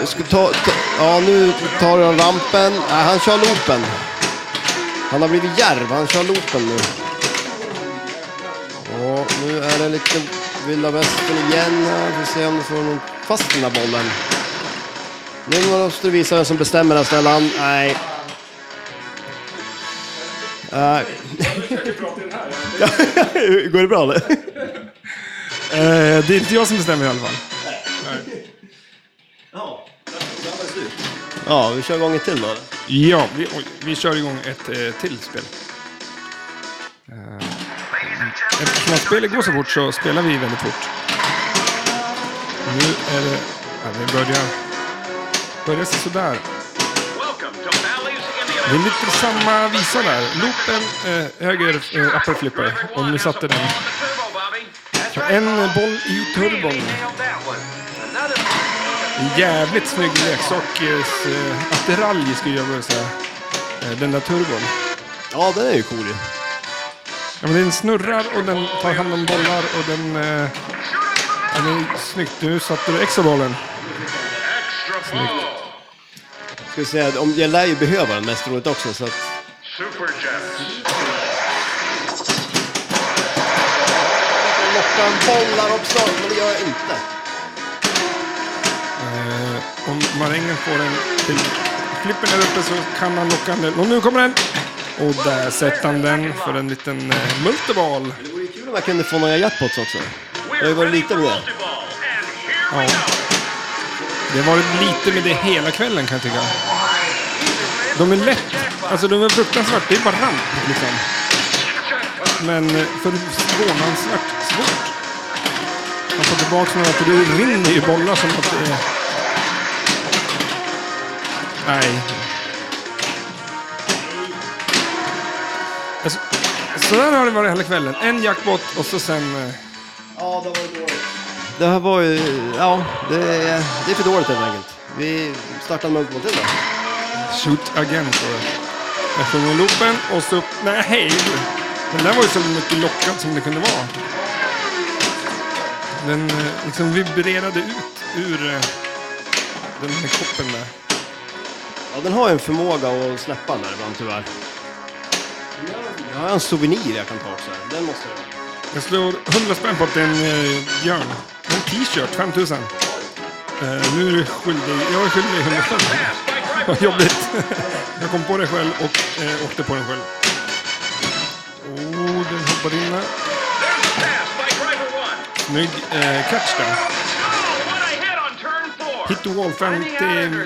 Nu Ska ta, ta, ja, nu tar han rampen. Nej, han kör loopen. Han har blivit djärv, han kör loopen nu. Ja, nu är det lite vilda västern igen här. Vi får se om du får någon fast den där bollen. Nu måste du visa vem som bestämmer här Stellan. Nej. Nej. Går det bra eller?
Eh, det är inte jag som bestämmer i alla fall.
Ja, vi kör gången till då.
Ja, vi, oj, vi kör igång ett eh, till spel. Eftersom att spelet går så fort så spelar vi väldigt fort. Nu är det... Ja, vi börjar... Börjar se sådär. Det är lite samma visa där. Loopen, eh, höger eh, upper flipper. Och nu satte den. Så en boll i turbon. En jävligt snygg leksak. eh, Attiralj skulle jag vilja säga. Eh, Den där turbon.
Ja, den är ju cool ju.
Ja, men den snurrar och den tar hand om bollar och den... Eh, ja, den är snyggt. Nu satte du extra bollen.
Ska vi säga, om, jag lär ju behöva den mest roligt också så att... Lockar bollar också, men det gör jag inte.
Eh, om marängen får den till flippen där uppe så kan han locka den. Och nu kommer den! Och där sätter han den för en liten eh, multiball.
Det vore ju kul om jag kunde få några jackpots också. Jag har ju varit lite med det.
Ja. Det har varit lite med det hela kvällen kan jag tycka. De är lätt, alltså de är fruktansvärt, det är bara ramp liksom. Men eh, förvånansvärt svårt. Man får tillbaka några, för det rinner ju bollar som att det är... Nej. Alltså, sådär har det varit hela kvällen. En jackpot och så sen... eh,
Ja, det var ju dåligt. Det här var ju, ja, det är, det är för dåligt helt enkelt. Vi startar en multiball till då.
Shoot again står det. Jag sjunger loopen och så upp... Nej, hej! Den där var ju så mycket lockad som det kunde vara. Den eh, liksom vibrerade ut ur eh, den här koppen där.
Ja, den har ju en förmåga att släppa där ibland tyvärr. Jag har en souvenir jag kan ta också. Den måste jag ha.
Jag slår 100 spänn på att det är en eh, björn. En t-shirt, 5000. Eh, nu är du skyldig. Jag är skyldig 100 spänn. Vad jobbigt. Jag kom på det själv och eh, åkte på den själv. Oh, den hoppade in där. Snygg eh, catch där. Hit the wall 50,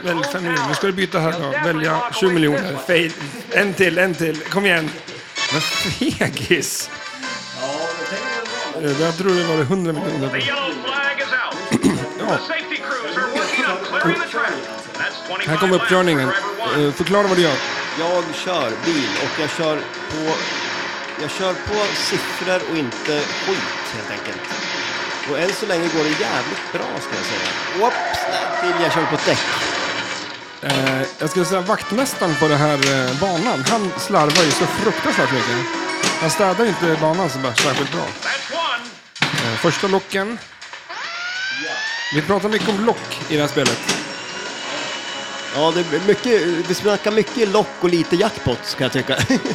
väl 5 miljoner. Nu ska du byta här då. Välja 20 miljoner. Fail. En till, en till. Kom igen. Vad fegis. Eh, Där tror jag det var 100 miljoner. Här kommer uppkörningen. Eh, Förklara vad du gör.
Jag kör bil och jag kör på, jag kör på siffror och inte skit helt enkelt. Och än så länge går det jävligt bra ska jag säga. Whoops, där till jag kör på ett däck.
Eh, Jag skulle säga vaktmästaren på den här eh, banan, han slarvar ju så fruktansvärt mycket. Han städar inte banan så där särskilt bra. Eh, Första locken. Vi pratar mycket om lock i det här spelet.
Ja, det är mycket, vi snackar mycket lock och lite jackpots kan jag tycka.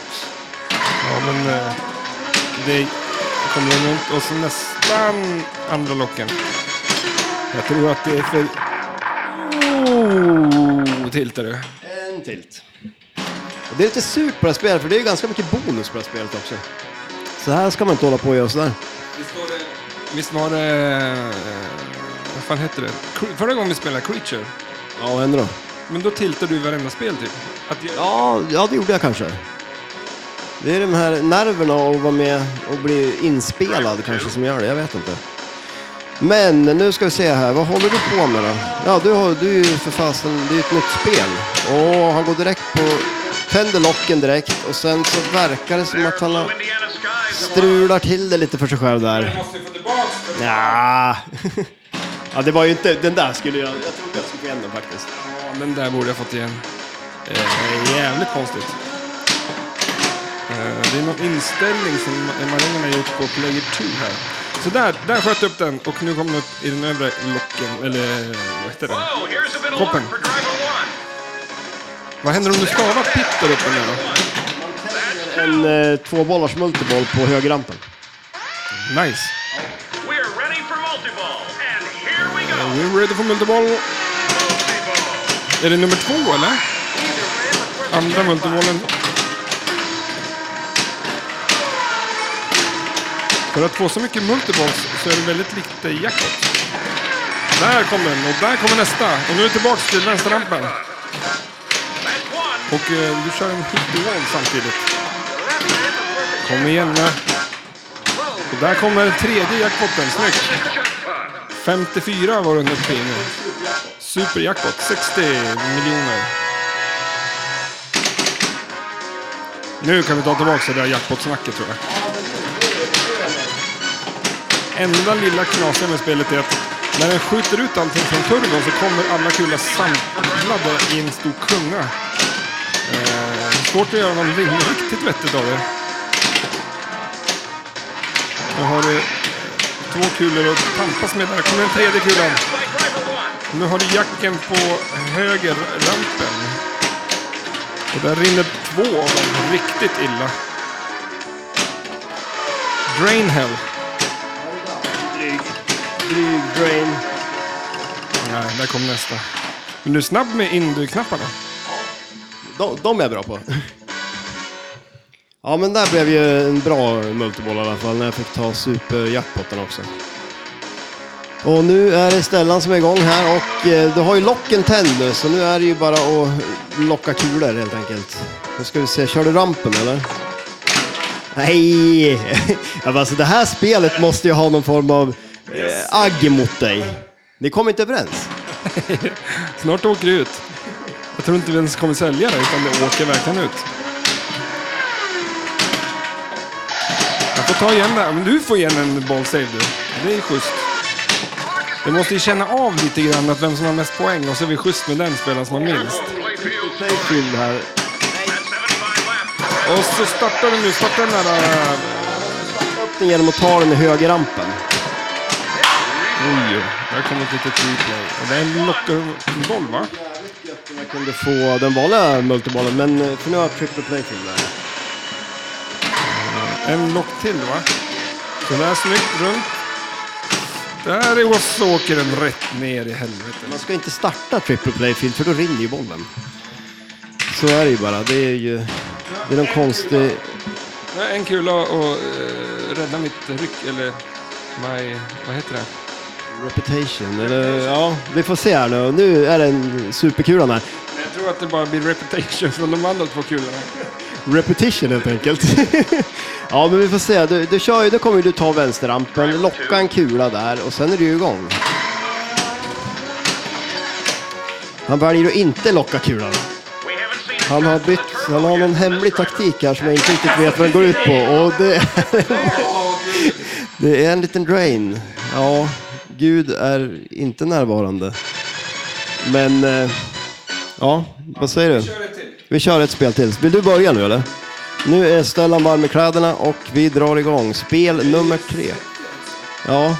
Ja, men eh, det kommer runt och så nästan andra locken. Jag tror att det är för... Oh, tiltar du.
En tilt. Och det är lite surt på det här spelet, för det är ju ganska mycket bonus på det här spelet också. Så här ska man inte hålla på och göra sådär.
Visst var det... eh, Vad fan hette det? Cre- Förra gången vi spelade Creature.
Ja, vad händer då?
Men då tiltar du i varenda spel typ? Att jag...
Ja, ja, det gjorde jag kanske. Det är de här nerverna att vara med och bli inspelad kanske som gör det, jag vet inte. Men nu ska vi se här, vad håller du på med då? Ja, du, har, du är ju för fasen, det är ju ett nytt spel. Åh, han går direkt på Tänder locken direkt och sen så verkar det som att han
blue
har
Indiana skies.
strular till det lite för sig själv där.
måste få tillbaks den.
Ja. ja, det var ju inte... Den där skulle jag... Jag trodde jag skulle få igen den faktiskt.
Ja, den där borde jag fått igen. Eh, jävligt konstigt. Eh, det är någon inställning som marinen har gjort på player 2 här. Så där, där sköt jag upp den och nu kommer den upp i den övre locken, eller vad heter den?
Whoa, here's a bit of
Koppen.
luck for driver one.
Vad händer om du stavar pitter upp den där då?
En eh, tvåbollars multiboll på högerrampen.
Nice.
We're ready for multi-ball. And here we go.
We're ready for multiboll.
Multi-ball.
Är det nummer två eller?
Either way, let's work the
Andra
jackpot.
multibollen. För att få så mycket multibolls så är det väldigt lite jackpot. Där kom den och där kommer nästa. Och nu är det tillbaka till vänsterrampen.
That's one.
Och eh, du kör en hit i wall samtidigt.
That's it, let's work the
Kom igen nu. Och där kommer tredje jackpotten. Snyggt.
jackpot.
54 var den uppe i nu. Superjackpot. 60 miljoner. Nu kan vi ta tillbaka det där jackpot-snacket tror jag. Enda lilla knasiga med spelet är att när den skjuter ut allting från turbon så kommer alla kulor samlade i en stor klunga. Eh, svårt att göra någonting riktigt vettigt av det. Nu har du två kulor att tampas med där. Kommer den tredje kulan.
By driver one.
Nu har du jacken på höger rampen. Och där rinner två av dem riktigt illa. Drain hell.
Dryg. Dryg drain.
Nej, där kom nästa. Men du är snabb med indu-knapparna.
De, de är jag bra på. Ja, men där blev ju en bra multiboll i alla fall när jag fick ta superjackpotten också. Och nu är det Stellan som är igång här och eh, du har ju locken tänd nu så nu är det ju bara att locka kulor helt enkelt. Nu ska vi se, kör du rampen eller? Nej! Ja, men alltså det här spelet måste ju ha någon form av eh, agg mot dig. Ni kommer inte överens.
Snart åker det ut. Jag tror inte vi ens kommer sälja det, utan det åker verkligen ut. Jag får ta igen det här. Men du får igen en ball save du. Det är schysst. Du måste ju känna av lite grann att vem som har mest poäng och så är vi schysst med den spelaren som har minst.
Play field.
Fyll här.
That's 75 left.
Och så startar du nu. Starta den där... äh,
Öppning genom att ta den i högerrampen.
Oj, där kommer ett litet replay. Och det är en lockerboll va?
Jag kunde få den vanliga multibollen, men eh, för nu har jag triple playfield där.
En lock till va? Sådär snyggt runt. Där är- och så åker den rätt ner i helvete.
Man ska inte starta triple playfield, för då rinner ju bollen. Så är det ju bara. Det är ju... Det är någon konstig...
Det är En kula och eh, rädda mitt ryck, eller my, vad heter det?
Reputation, eller
Eh,
ja, vi får se här nu. Nu är det en superkulan här.
Jag tror att det bara blir reputation från de andra två kulorna.
Repetition helt enkelt. ja, men vi får se. Du, du kör ju, då kommer ju du ta vänsterrampen, locka en kula där och sen är du ju igång. Han väljer att inte locka kulan.
We haven't seen
Han har bytt, han har någon hemlig taktik här som jag inte riktigt vet vad den går ut på. Och det, det är en liten drain. Ja, Gud är inte närvarande. Men, eh, ja, vad säger du? Vi kör ett spel till. Vill du börja nu eller? Nu är Stellan varm i kläderna och vi drar igång spel nummer tre. Ja,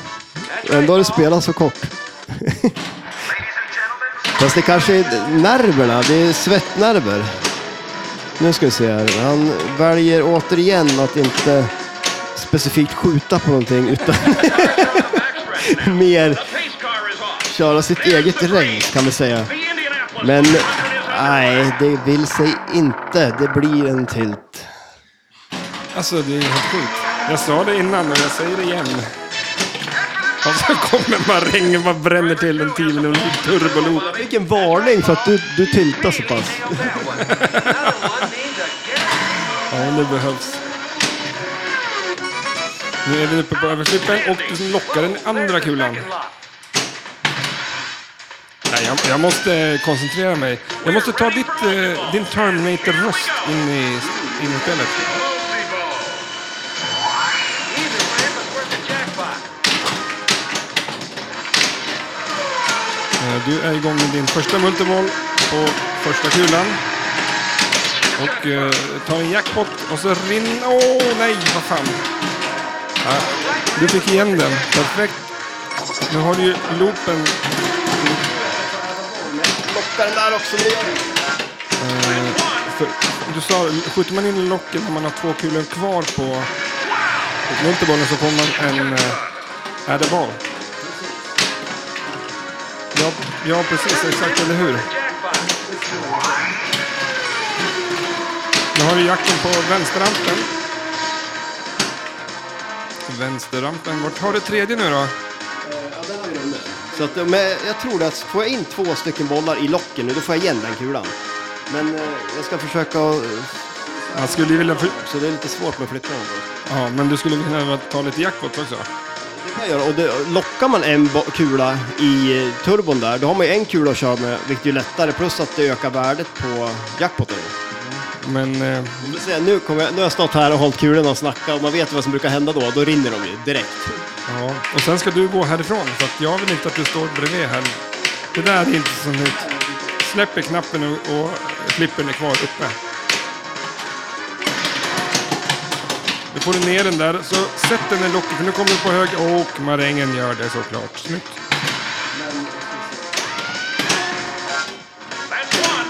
ändå har det spelats så kort.
Ladies and gentlemen,
Fast det kanske är nerverna, det är svettnerver. Nu ska vi se här. Han väljer återigen att inte specifikt skjuta på någonting utan
backstretch now.
mer
The pace car is off.
köra sitt eget race kan vi säga.
The Indianapolis
Men
500 is underway.
nej, det vill sig inte. Det blir en tilt.
Alltså det är helt sjukt. Jag sa det innan och jag säger det igen. Och så kommer marängen bara bränner till en 10 minuter turboloop.
Vilken varning för att du, du tiltar så pass.
Nailed that one. Another one named again.
Ja, det behövs. Nu är vi uppe på överflippen och du lockar den andra kulan. Nej, jag, jag måste eh, koncentrera mig. Jag måste ta ditt, eh, din Terminator-röst in i, in i spelet.
Multi ball.
Either way, it was worth the jackpot.
Eh, Du är igång med din första multiboll på första kulan. Och eh, tar en jackpot och så rinner... Åh oh, nej, vad fan. Ja, du fick igen den. Perfekt. Nu har du ju loopen.
Lockar den där också ner.
Eh, För, du sa, skjuter man in locken när man har två kulor kvar på på multibollen så får man en... eh, Är det ball? Ja, ja, precis. Exakt, eller hur?
Jackpot.
Nu har du jacken på vänsterrampen. Vänsterrampen. Vart har du tredje nu då?
Så att, men jag tror att får jag in två stycken bollar i locken nu, då får jag igen den kulan. Men eh, jag ska försöka, eh,
Man skulle ju vilja... För...
så det är lite svårt med att flytta dem.
Ja, men du skulle vilja ta lite jackpot också.
Det kan jag göra, och det, lockar man en bo- kula i eh, turbon där, då har man ju en kula att köra med, vilket är lättare, plus att det ökar värdet på jackpoten.
Men eh,
Om du säger, Nu, kommer jag, nu har jag stått här och hållit kulorna och snackat, och man vet vad som brukar hända då, då rinner de ju direkt.
ja, och sen ska du gå härifrån för att jag vill inte att du står bredvid här. Det där är inte så snyggt. Släpper knappen och, och flippen är kvar uppe. Nu får du ner den där, så sätt den i locket för nu kommer du på hög och marängen gör det såklart. Snyggt.
That's one.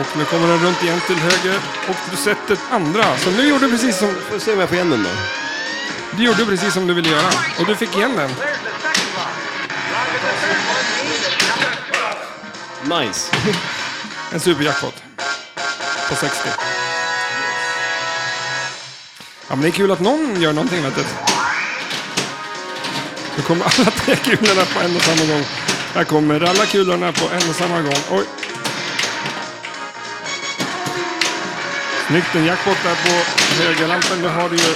Och nu kommer den runt igen till höger och du sätter andra. Så nu gjorde du precis som
Får se om jag får igen den då.
du, gjorde precis som du ville göra. Och du fick igen den.
There's the second lock. Lock at the third one means a jackpot.
Nice.
En superjackpot. På 60. Ja, men det är kul att någon gör någonting vettigt. Nu kommer alla tre kulorna på en och samma gång. Här kommer alla kulorna på en och samma gång. Oj. Snyggt, en jackpot där på högerlampen. Nu har du ju...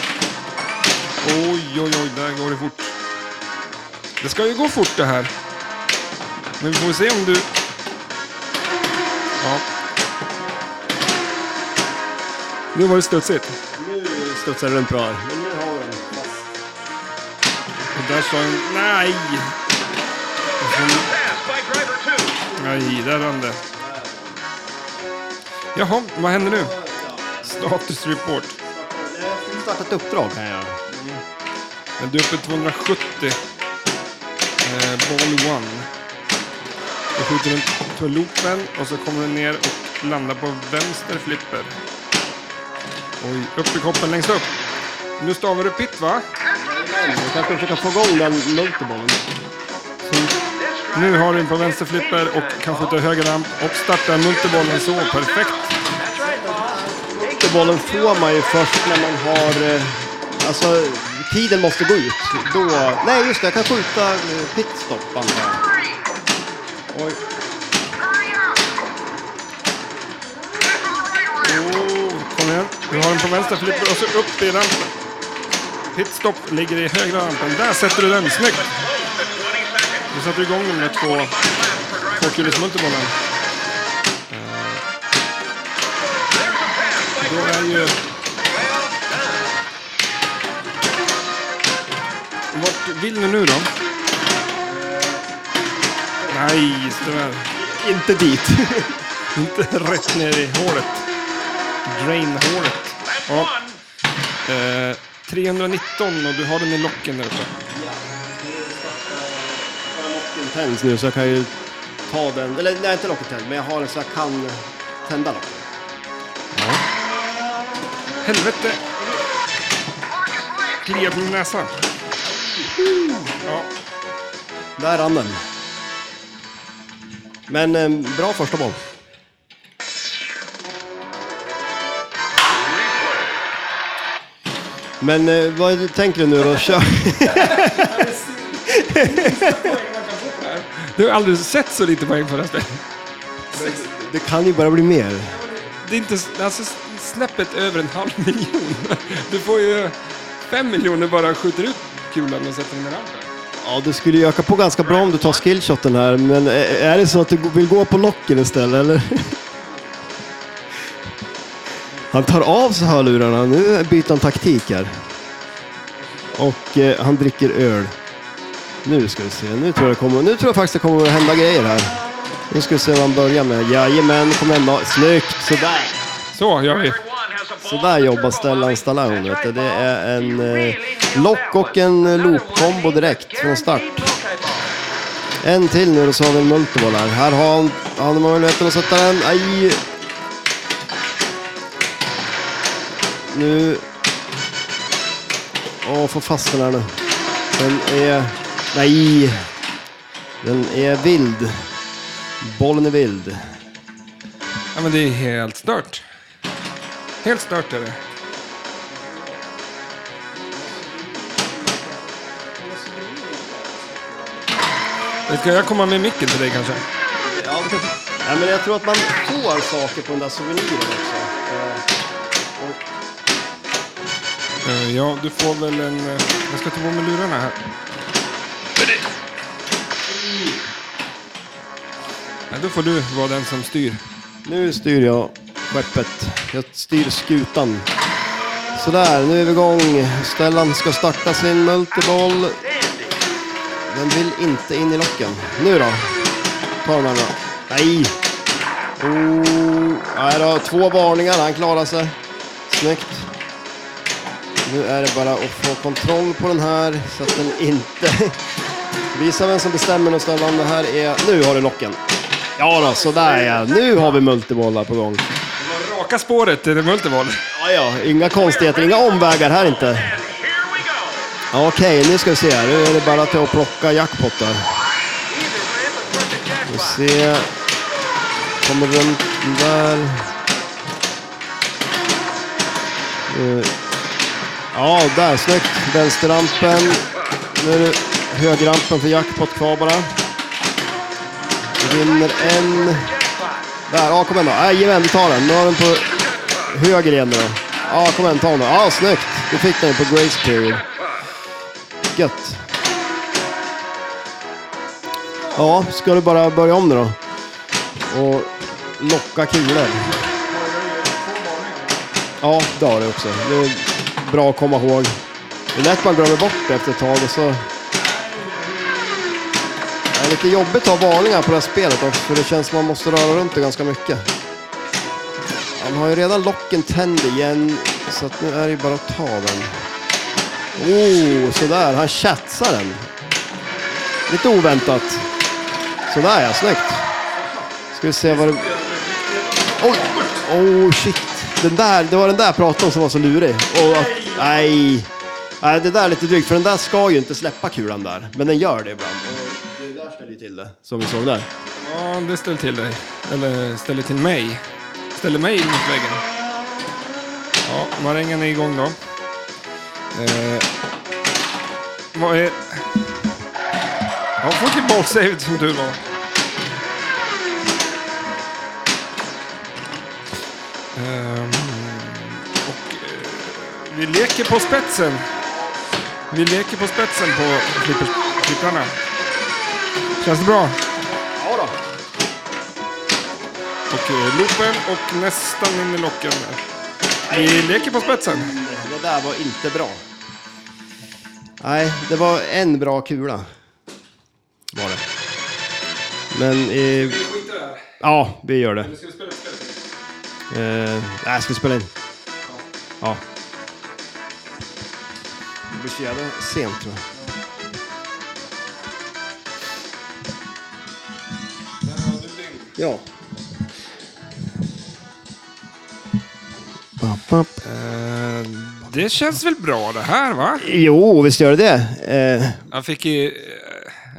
Oj, oj, oj, där går det fort. Det ska ju gå fort det här. Men vi får se om du... Ja. Nu var det studsigt.
Nu studsar det runt bra här.
Och där sa en... Nej! Och sen-
Pass by driver two.
Nej, där rann det. Jaha, vad händer nu? Status report.
Jag har startat uppdrag kan jag göra.
Men du är uppe i 270. Eh, ball one. Du skjuter runt på loopen och så kommer du ner och landar på vänster flipper. Oj, upp i koppen längst upp. Nu stavar du pit va?
Jag kanske försöka få igång den multibollen.
Nu har du den på vänster flipper och kan skjuta höger ramp och starta multibollen så. Perfekt.
That's right, boss. Big
Bollen får man ju först när man har... eh, Alltså, tiden måste gå ut. Då... Nej, just det. Jag kan skjuta eh, pitstop, antar jag. Oj.
Oh, kom igen. Du har den på vänster flipper och så upp i rampen. Pitstop ligger i högra rampen. Där sätter du den. Snyggt! Nu satte du igång den med två tvåkulesmultibollen. Eh, Då är ju... Vart vill ni nu då? Nej, tyvärr.
Inte dit.
Inte rätt ner i hålet. Drain-hålet. Ja. Eh, 319 och du har den i locken där uppe.
Tänds nu så jag kan ju ta den. Eller nej, inte locket tänd, men jag har den så jag kan tända locket.
Helvete! Kliar på min näsa. Ja,
Där rann den. Men eh, bra första boll. Men eh, vad tänker du nu då? Kör.
du har aldrig sett så lite poäng på det här spelet.
Det kan ju bara bli mer.
Det är inte, alltså snäppet över en halv miljon. Du får ju fem miljoner bara skjuter ut kulan och sätter den i rampen.
Ja, du skulle ju öka på ganska bra om du tar skillshoten här, men är är det så att du vill gå på locken istället, eller? Han tar av sig hörlurarna, nu byter han taktik här. Och eh, han dricker öl. Nu ska vi se, nu tror jag, det kommer, nu tror jag faktiskt det kommer att hända grejer här. Nu ska vi se vad han börjar med. Jajamän, kom hem då. Snyggt, sådär.
Så gör vi.
Så där jobbar Stellan Stallone. Vet du. Det är en eh, lock och en eh, loop-kombo direkt från start. En till nu och så har vi en multiball här. Här har han, han har möjligheten att sätta den. Aj! Nu... Åh, få fast den här nu. Den är... Nej! Den är vild. Bollen är vild.
Ja, men det är helt stört. Helt stört är det. Ska jag komma med micken till dig kanske?
Ja, det kan- Nej, men jag tror att man får saker på den där souveniren också. Eh, och-
Eh, Ja, du får väl en... eh, Jag ska ta på mig lurarna här. Ja, då får du vara den som styr.
Nu styr jag skeppet. Jag styr skutan. Sådär, nu är vi igång. Stellan ska starta sin multiboll. Den vill inte in i locken. Nu då? Ta den här då. Nej! Oh, nej då, två varningar. Han klarar sig. Snyggt. Nu är det bara att få kontroll på den här så att den inte... Visa vem som bestämmer nu Stellan. Det här är... Nu har du locken. Ja då, sådär ja. Nu har vi multibollar på gång.
Raka spåret till multival.
Ja, ja, inga konstigheter, inga omvägar här inte.
Here we go.
Ja, Okej, nu ska vi se här. Nu är det bara till att plocka jackpottar. Vi se. Kommer runt den där. Nu- Eh. Ja, där, snyggt. Vänsterrampen. Nu är det högerrampen för jackpot kvar bara. Vinner en. Där, ja kom igen då. Äh, Jajamän, du tar den. Nu har den på höger igen nu då. Ja, kom igen, ta den då. Ja, snyggt. Du fick den på grace period. Gött. Ja, ska du bara börja om nu då? Och locka kulor. Ja, det har du också. Det är bra att komma ihåg. Det är lätt man glömmer bort det efter ett tag och så... Det är lite jobbigt att ha varningar på det här spelet också, för det känns som man måste röra runt det ganska mycket. Han har ju redan locken tänd igen, så att nu är det ju bara att ta den. Oh, sådär. Han chatsar den. Lite oväntat. Sådär ja, snyggt. Ska vi se vad det... Oj! Oh shit. Den där, det var den där pratan som var så lurig. Och att, nej. Nej, det där är lite drygt, för den där ska ju inte släppa kulan där. Men den gör det ibland. Och det där ställer ju till det, som vi såg där.
Ja, det ställer till dig. Eller ställer till mig. Ställer mig mot väggen. Ja, marängen är igång då. Eh, vad är... Ja, får till bollsavet som tur var. Ehm, och, eh, vi leker på spetsen. Vi leker på spetsen på flipper- flipprarna. Känns det bra?
Ja då.
Och eh, loopen och nästan in i locken. Vi leker på spetsen.
Det där var inte bra. Nej, det var en bra kula. Var det. Men... Eh, ja, vi gör det. Eh, nej, ska vi spela in? Ja. Det blir så jävla sent tror jag. Ja. Bap, bap.
Eh, Det känns väl bra det här va?
Jo, visst gör det det. Eh,
Jag fick ju... eh,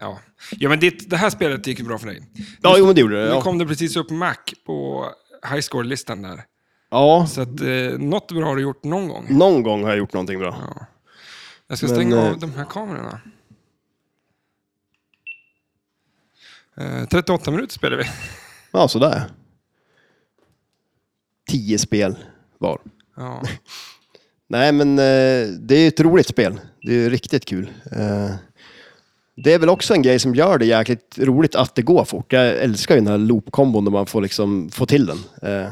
Ja, ja men det, det här spelet gick ju bra för dig.
ja, jo, men det gjorde det.
Nu
Ja.
kom det precis upp Mac på highscore-listan där.
ja,
Så att eh, något bra har du gjort någon gång.
någon gång har jag gjort någonting bra.
Ja. Jag ska
Men,
stänga
eh,
av de här kamerorna. Eh, 38 minuter spelar vi.
Ja, sådär. Tio spel var.
Ja.
Nej, men eh, det är ett roligt spel. Det är riktigt kul. Eh, Det är väl också en grej som gör det jäkligt roligt att det går fort. Jag älskar ju den här loop-kombon där man får liksom få till den. Eh,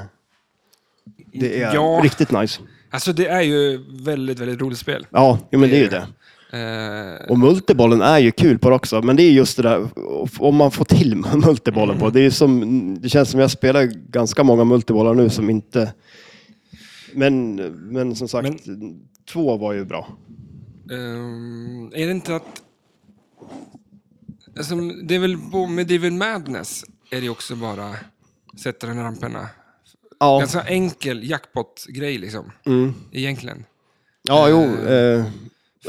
Det är
Ja.
riktigt nice.
Alltså det är ju väldigt, väldigt roligt spel.
Ja, jo, men det är ju
Det är
det.
Eh,
Och multibollen är ju kul på det också, men det är just det där om man får till multibollen på. Det, är ju som, det känns som jag spelar ganska många multibollar nu som inte... Men, men som sagt, två var ju bra.
Ehm, är det inte att... Alltså, det är väl på Medieval Madness är det också bara sätta den i ramperna.
Ja, Mm.
Ganska enkel jackpot-grej liksom. Egentligen.
ja jo. Eh,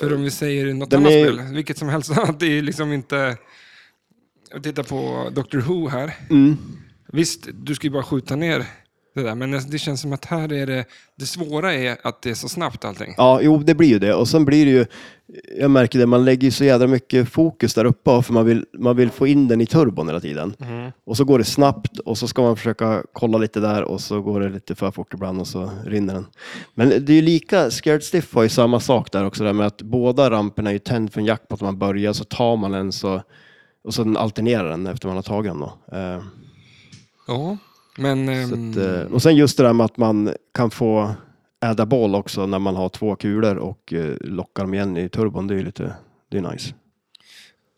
För om vi säger i något
Den
annat
är-
spel, vilket som helst annat, det är liksom inte... Jag tittar på Doctor Who här.
Mm.
Visst, du ska ju bara skjuta ner det där, men det känns som att här är det... Det svåra är att det är så snabbt allting.
ja, jo, det blir ju det. Och sen blir det ju... Jag märker det, man lägger ju så jädra mycket fokus där uppe för man vill, man vill få in den i turbon hela tiden. Och så går det snabbt och så ska man försöka kolla lite där och så går det lite för fort ibland och så rinner den. Men det är ju lika, Scared Stiff har ju samma sak där också, där med att båda ramperna är ju tänd för en jackpot när man börjar, så tar man en så, och sen alternerar den efter man har tagit den. Då. Eh,
Ja, men...
så
ehm,
att, eh, och sen just det där med att man kan få äda boll också när man har två kulor och eh, lockar dem igen i turbon, det är ju lite, det är nice.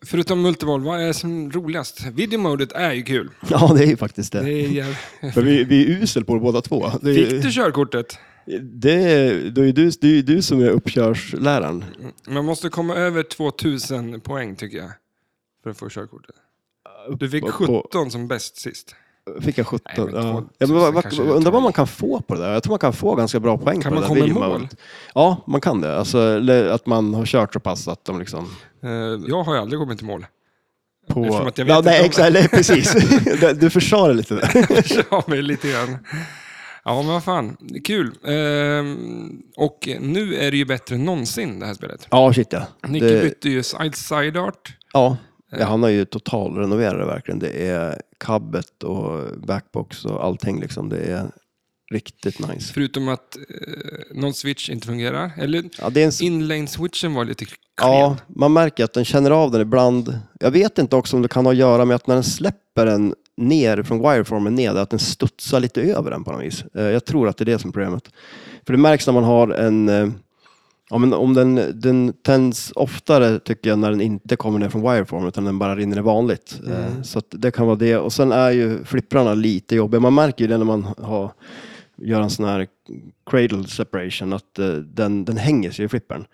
Förutom multiboll, vad är som roligast? Videomodet är ju kul.
Ja, det är ju faktiskt
Det
det.
är jäv...
För vi, vi är usel på det båda två. Det är-
Fick du körkortet?
Det är, det är ju du, det är ju du som är uppkörsläraren.
Man måste komma över 2000 poäng tycker jag. För att få körkortet. Du fick
På-
17 som bäst sist.
Fick jag 17?
Nej, men två-
ja. Ja, men, vad- vad-
kanske-
undrar vad man kan få på det där? Jag tror man kan få ganska bra poäng
Kan
på
man
det där
komma i
videomålet.
mål?
Ja, man kan det. Alltså, eller att man har kört så pass att de liksom...
Eh, Jag har ju aldrig kommit i mål.
På...
Eftersom att jag
ja,
vet
nej,
inte om-
exakt, eller, precis. Du- du försade lite där.
Jag mig lite grann. Ja, men vad fan. Kul. Ehm, Och nu är det ju bättre än någonsin det här spelet.
Ja, shit ja.
Nicke
Det-
bytte ju side, side art.
Ja, ja, han har ju totalrenoverat det verkligen. Det är kabbet och backbox och allting liksom. Det är riktigt nice.
Förutom att eh, någon switch inte fungerar. Eller
Ja, det är en s-
inlane-switchen var lite klen.
Ja, man märker att den känner av den ibland. Jag vet inte också om det kan ha att göra med att när den släpper den ner från wireformen ner, att den studsar lite över den på något vis. Eh, Jag tror att det är det som är problemet. För det märks när man har en... eh, Ja, men om den, den tänds oftare tycker jag när den inte kommer ner från wireformen utan den bara rinner i vanligt. Eh, Så att det kan vara det. Och sen är ju flipprarna lite jobbiga. Man märker ju det när man har, gör en sån här cradle separation att eh, den, den hänger sig i flippern.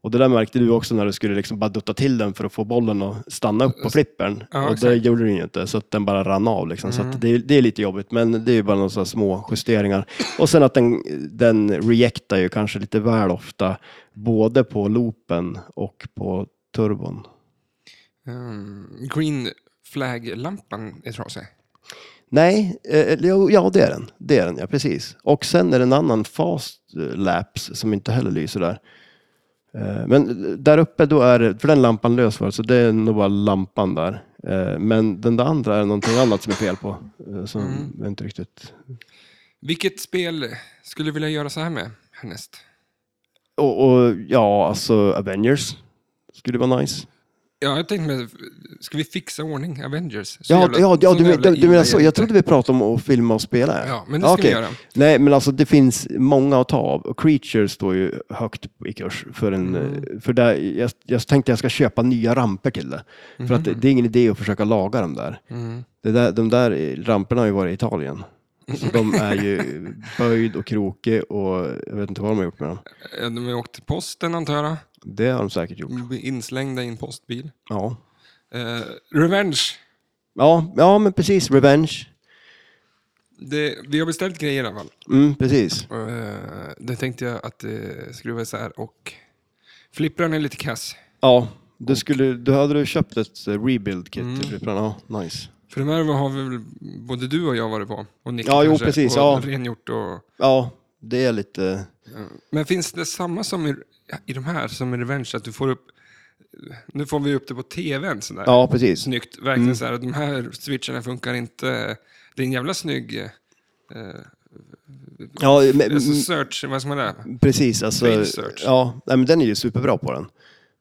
Och det där märkte du också när du skulle liksom bara dutta till den för att få bollen att stanna upp på flippern.
Ja,
och det
exakt.
gjorde den ju inte, så att den bara rann av. Liksom. Så att det, det är lite jobbigt, men det är ju bara några sådana små justeringar. Och sen att den, den rejectar ju kanske lite väl ofta, både på loopen och på turbon.
Ehm, green flag-lampan är trasig.
Nej, eh, eller jo, ja det är den. Det är den, ja precis. Och sen är det en annan fast eh, laps som inte heller lyser där. Eh, Men där uppe då är det- för den lampan lös var så det är nog bara lampan där. Eh, Men den där andra är någonting annat som är fel på. eh, Som jag inte riktigt...
Vilket spel skulle du vilja göra så här med härnäst?
Och, och ja, alltså Avengers skulle vara nice.
Ja, jag tänkte med, ska vi fixa ordning Avengers? Så
Ja,
jävla-
ja, ja
sån
du, men-
jävla
du, du menar
illa
så. Jag
hjälte.
trodde vi pratade om att filma och spela.
Ja, men det ska vi
Okej.
göra.
Nej, men alltså det finns många att ta av. Och Creature står ju högt i kurs. För en,
Mm.
eh, för där, jag, jag tänkte jag ska köpa nya ramper till det. För att det,
Mm.
det är ingen idé att försöka laga dem där. Det där de där ramperna har ju varit i Italien. Så de är ju böjd och krokig och jag vet inte vad de har gjort med dem.
Eh, De har åkt till posten antar jag.
Det har de säkert gjort.
De blir Inslängda i en postbil.
Ja,
Eh, Revenge.
ja, ja men precis. Revenge.
Det, vi har beställt grejer i alla fall.
Mm, precis.
Eh, det tänkte jag att eh, skruva isär och flippran är lite kass.
Ja, du skulle, då hade du köpt ett eh, rebuild kit
Mm.
till flipprarna. Ja, nice.
För de här har vi väl både du och jag varit på. Och Nick
Ja, jo,
kanske,
precis,
Och
ja.
rengjort och...
Ja, det är lite...
Men finns det samma som i, i de här som i Revenge, att du får upp... Nu får vi upp det på tvn sådär.
Ja, precis.
Snyggt, verkligen såhär. De här switcharna funkar inte. Det är en jävla snygg... Eh,
Ja, men,
alltså search, vad ska man säga?
precis. Alltså,
Field search. Mm.
ja, nej, men den är ju superbra på den.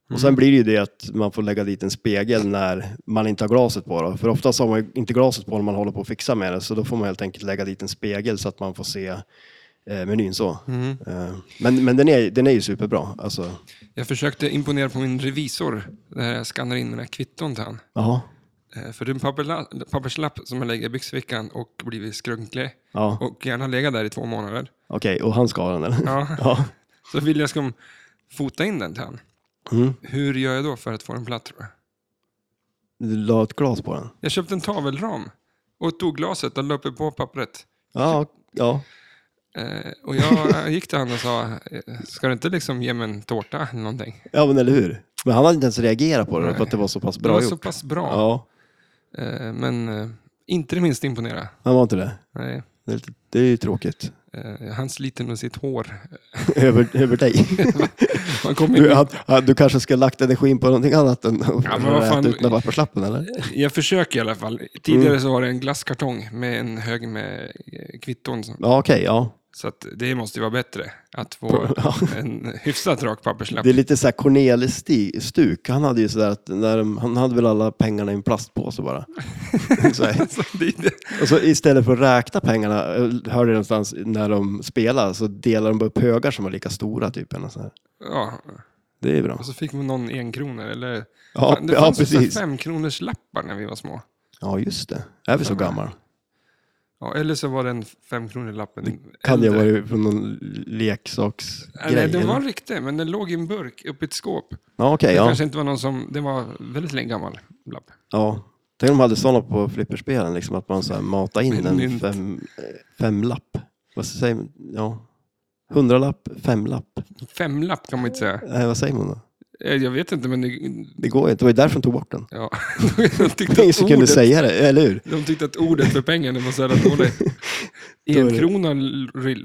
Och sen blir det ju det att man får lägga dit en spegel när man inte har glaset på. Då. För oftast har man ju inte glaset på när man håller på att fixa med det. Så då får man helt enkelt lägga dit en spegel så att man får se eh, menyn så.
Mm.
Eh, men men den, är, den är ju superbra. Alltså,
Jag försökte imponera på min revisor när jag skannade in mina kvitton till han.
jaha.
Eh, För det är en papperla- papperslapp som jag lägger i byxfickan och blivit skrunklig.
Ja.
Och gärna lägga där i två månader.
Okej, och han ska ha den eller?
Ja.
ja.
Så vill jag ska fota in den till han. Hur gör jag då för att få den platt tror jag?
Du la ett glas på den?
Jag köpte en tavelram och tog glaset och löpte på pappret.
Ja. ja.
Eh, och jag gick till honom och sa, eh, ska du inte liksom ge mig en tårta eller någonting?
ja, men eller hur? Men han hade inte ens reagerat på det för att det var så pass bra
det var
gjort.
så pass bra,
Ja,
eh, men eh, inte det minst imponera.
han var inte det.
Nej.
Det är, lite, det är ju tråkigt.
Eh, han sliter nog sitt hår.
över, över dig.
Han kom in,
Du, han- han- du kanske ska lagt energin på någonting annat än att
men vad fan-
äta ut den där papperslappen eller?
jag försöker i alla fall.
Mm.
Tidigare så var det en glasskartong med en hög med eh, kvitton. som-
Ja, okej, ja.
Så att det måste ju vara bättre att få
Ja.
en hyfsat rak papperslapp.
Det är lite så här Cornelis-stuk. Han hade ju sådär att när de, han hade väl alla pengarna i en plastpåse bara. Så här.
Så det, det,
Och så Alltså, istället för att räkna pengarna, hörde jag någonstans när de spelar, så delar de bara upp högar som var lika stora typ. Eller så här.
ja.
Det är bra.
Och så fick man någon en kronor eller...
Ja,
Fan, det
ja,
fanns ju så här
precis.
femkronors lappar när vi var små.
Ja, just det. Är vi så gamla?
Ja, eller så var den femkronorlappen
Kan det
äldre.
ha varit från någon
Nej,
leksaksgrej?
Nej, den
eller?
var riktig, men den låg i en burk uppe i ett skåp.
Ja, okej.
Det
ja.
kanske inte var någon som... Det var väldigt länge gammal lapp.
Ja. Tänk om de hade sådana på flipperspelen, liksom att man så här matar in en
Mynt.
fem, eh, femlapp. Vad säger man? Ja. Hundralapp, femlapp.
Femlapp kan man inte säga.
Nej, vad säger man då?
Eh, Jag vet inte, men... Det,
Det går ju inte. Det var ju därför de tog bort den.
ja. de,
Det är
tyckte
ingen
att
som kunde
ordet,
säga det, eller hur?
de tyckte att ordet för pengarna var så jävla dåligt.
är det-
En krona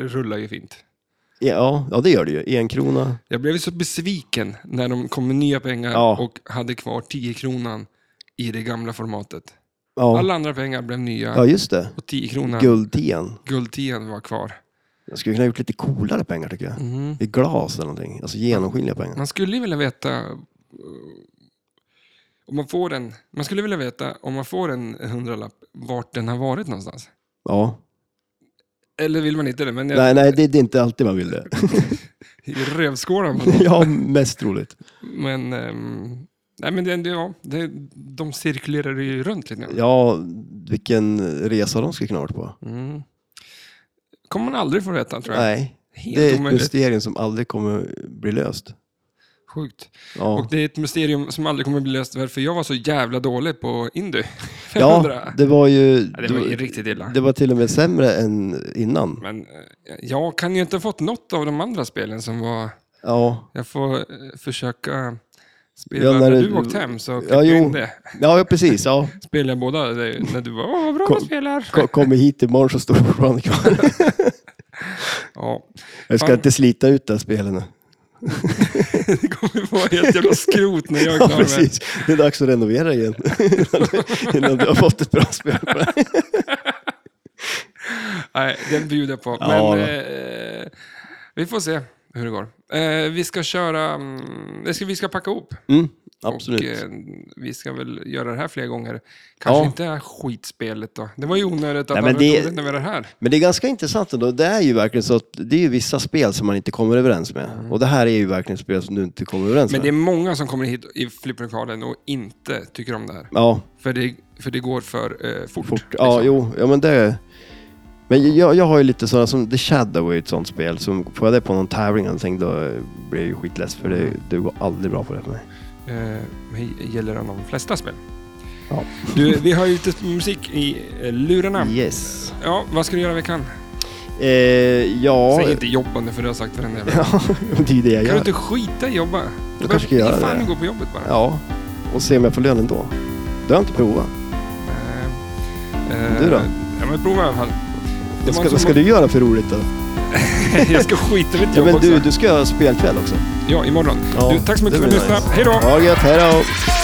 rullar ju fint.
Ja, ja, det gör det ju. En krona.
Jag blev så besviken när de kom med nya pengar
Ja.
och hade kvar 10 kronan i det gamla formatet.
Ja,
Alla andra pengar blev nya
ja just det.
och 10 kronan,
Guldtian.
guldtian var kvar.
Jag skulle kunna ha gjort lite coolare pengar tycker jag.
Mhm.
I glas eller någonting. Alltså genomskinliga pengar.
Man skulle ju vilja veta eh, om man får en, man skulle vilja veta om man får en hundralapp vart den har varit någonstans.
Ja.
Eller vill man inte det, men jag,
Nej, nej, det, det är inte alltid man vill det.
i rövskåran. på något.
ja, mest roligt.
Men, ehm, nej, men det, det- ja, det, de cirkulerar ju runt lite grann.
Ja, vilken resa de skulle kunna ha varit på.
Mm. kommer man aldrig få veta tror jag.
Nej,
Helt
det är ett
omöjligt.
mysterium som aldrig kommer bli löst.
Sjukt.
Ja,
Och det är ett mysterium som aldrig kommer bli löst varför jag var så jävla dålig på Indy. 500.
ja det var ju...
Ja, det var ju riktigt illa.
det var till och med sämre än innan.
Men eh, jag kan ju inte ha fått något av de andra spelen som var...
Ja,
Jag får eh, försöka spela.
Ja, när
när
det-
du åkte hem så klippte
ja
jag
jo.
in det.
Ja, ja, precis. Ja.
Spelade jag båda det, när du var åh vad bra
Kom-
du spelar.
Ko- Kommer hit imorgon så står det fortfarande kvar.
Ja,
Jag ska
Fan.
inte slita ut det här spelet nu.
det kommer vara helt jävla skrot när jag är
Ja,
klar med det.
precis. Det är dags att renovera igen. Innan- Innan du har fått ett bra spel. på det.
Nej, den bjuder jag på.
Ja,
Men
då.
eh, vi får se hur det går. Eh, vi ska köra... mm, det ska, vi ska packa ihop.
Mm, absolut.
Och, eh, vi ska väl göra det här fler gånger. Kanske
Ja.
inte det här skitspelet då. Det var ju onödigt att Nej,
Nej, men
alla
det-
tog det när vi var här.
Men det är ganska intressant ändå. Det är ju verkligen så att det är ju vissa spel som man inte kommer överens med. Och det här är ju verkligen ett spel som du inte kommer överens
Mm. Men det är
med.
många som kommer hit i flipperlokalen och inte tycker om det här.
Ja,
För det, för det går för eh, fort.
fort. Ja,
liksom.
jo, ja men det... Men jag, jag har ju lite sådana som The Shadow är ju ett sånt spel. Som får jag det på någon tävling eller någonting då blir jag ju skitless för det, det går aldrig bra på det för mig.
Eh, men det gäller om de flesta spel.
Ja.
Du, vi har ju lite musik i eh, lurarna.
Yes.
Ja, vad ska du göra i veckan?
Eh, ja... eh.
Säg inte jobbande för det har jag sagt varenda jävla
Ja, det är ju det jag
Kan du
gör.
inte skita i jobba? Du
kanske ska
behöver
göra
fan
det.
gå på jobbet bara.
Ja, och se om jag får lön ändå. Det har jag inte provat.
Eh, eh,
Du då?
Ja, men prova i alla fall. Det
Vad
var
ska,
som-
vad ska du göra för roligt då?
jag ska skita i mitt
Ja,
jobb
men
också.
du, du ska göra spelkväll också.
Ja, imorgon.
Ja,
du, tack så mycket
det
för att du
blir
lyssnade.
nice.
Hej då!
Ha det gött, hej då!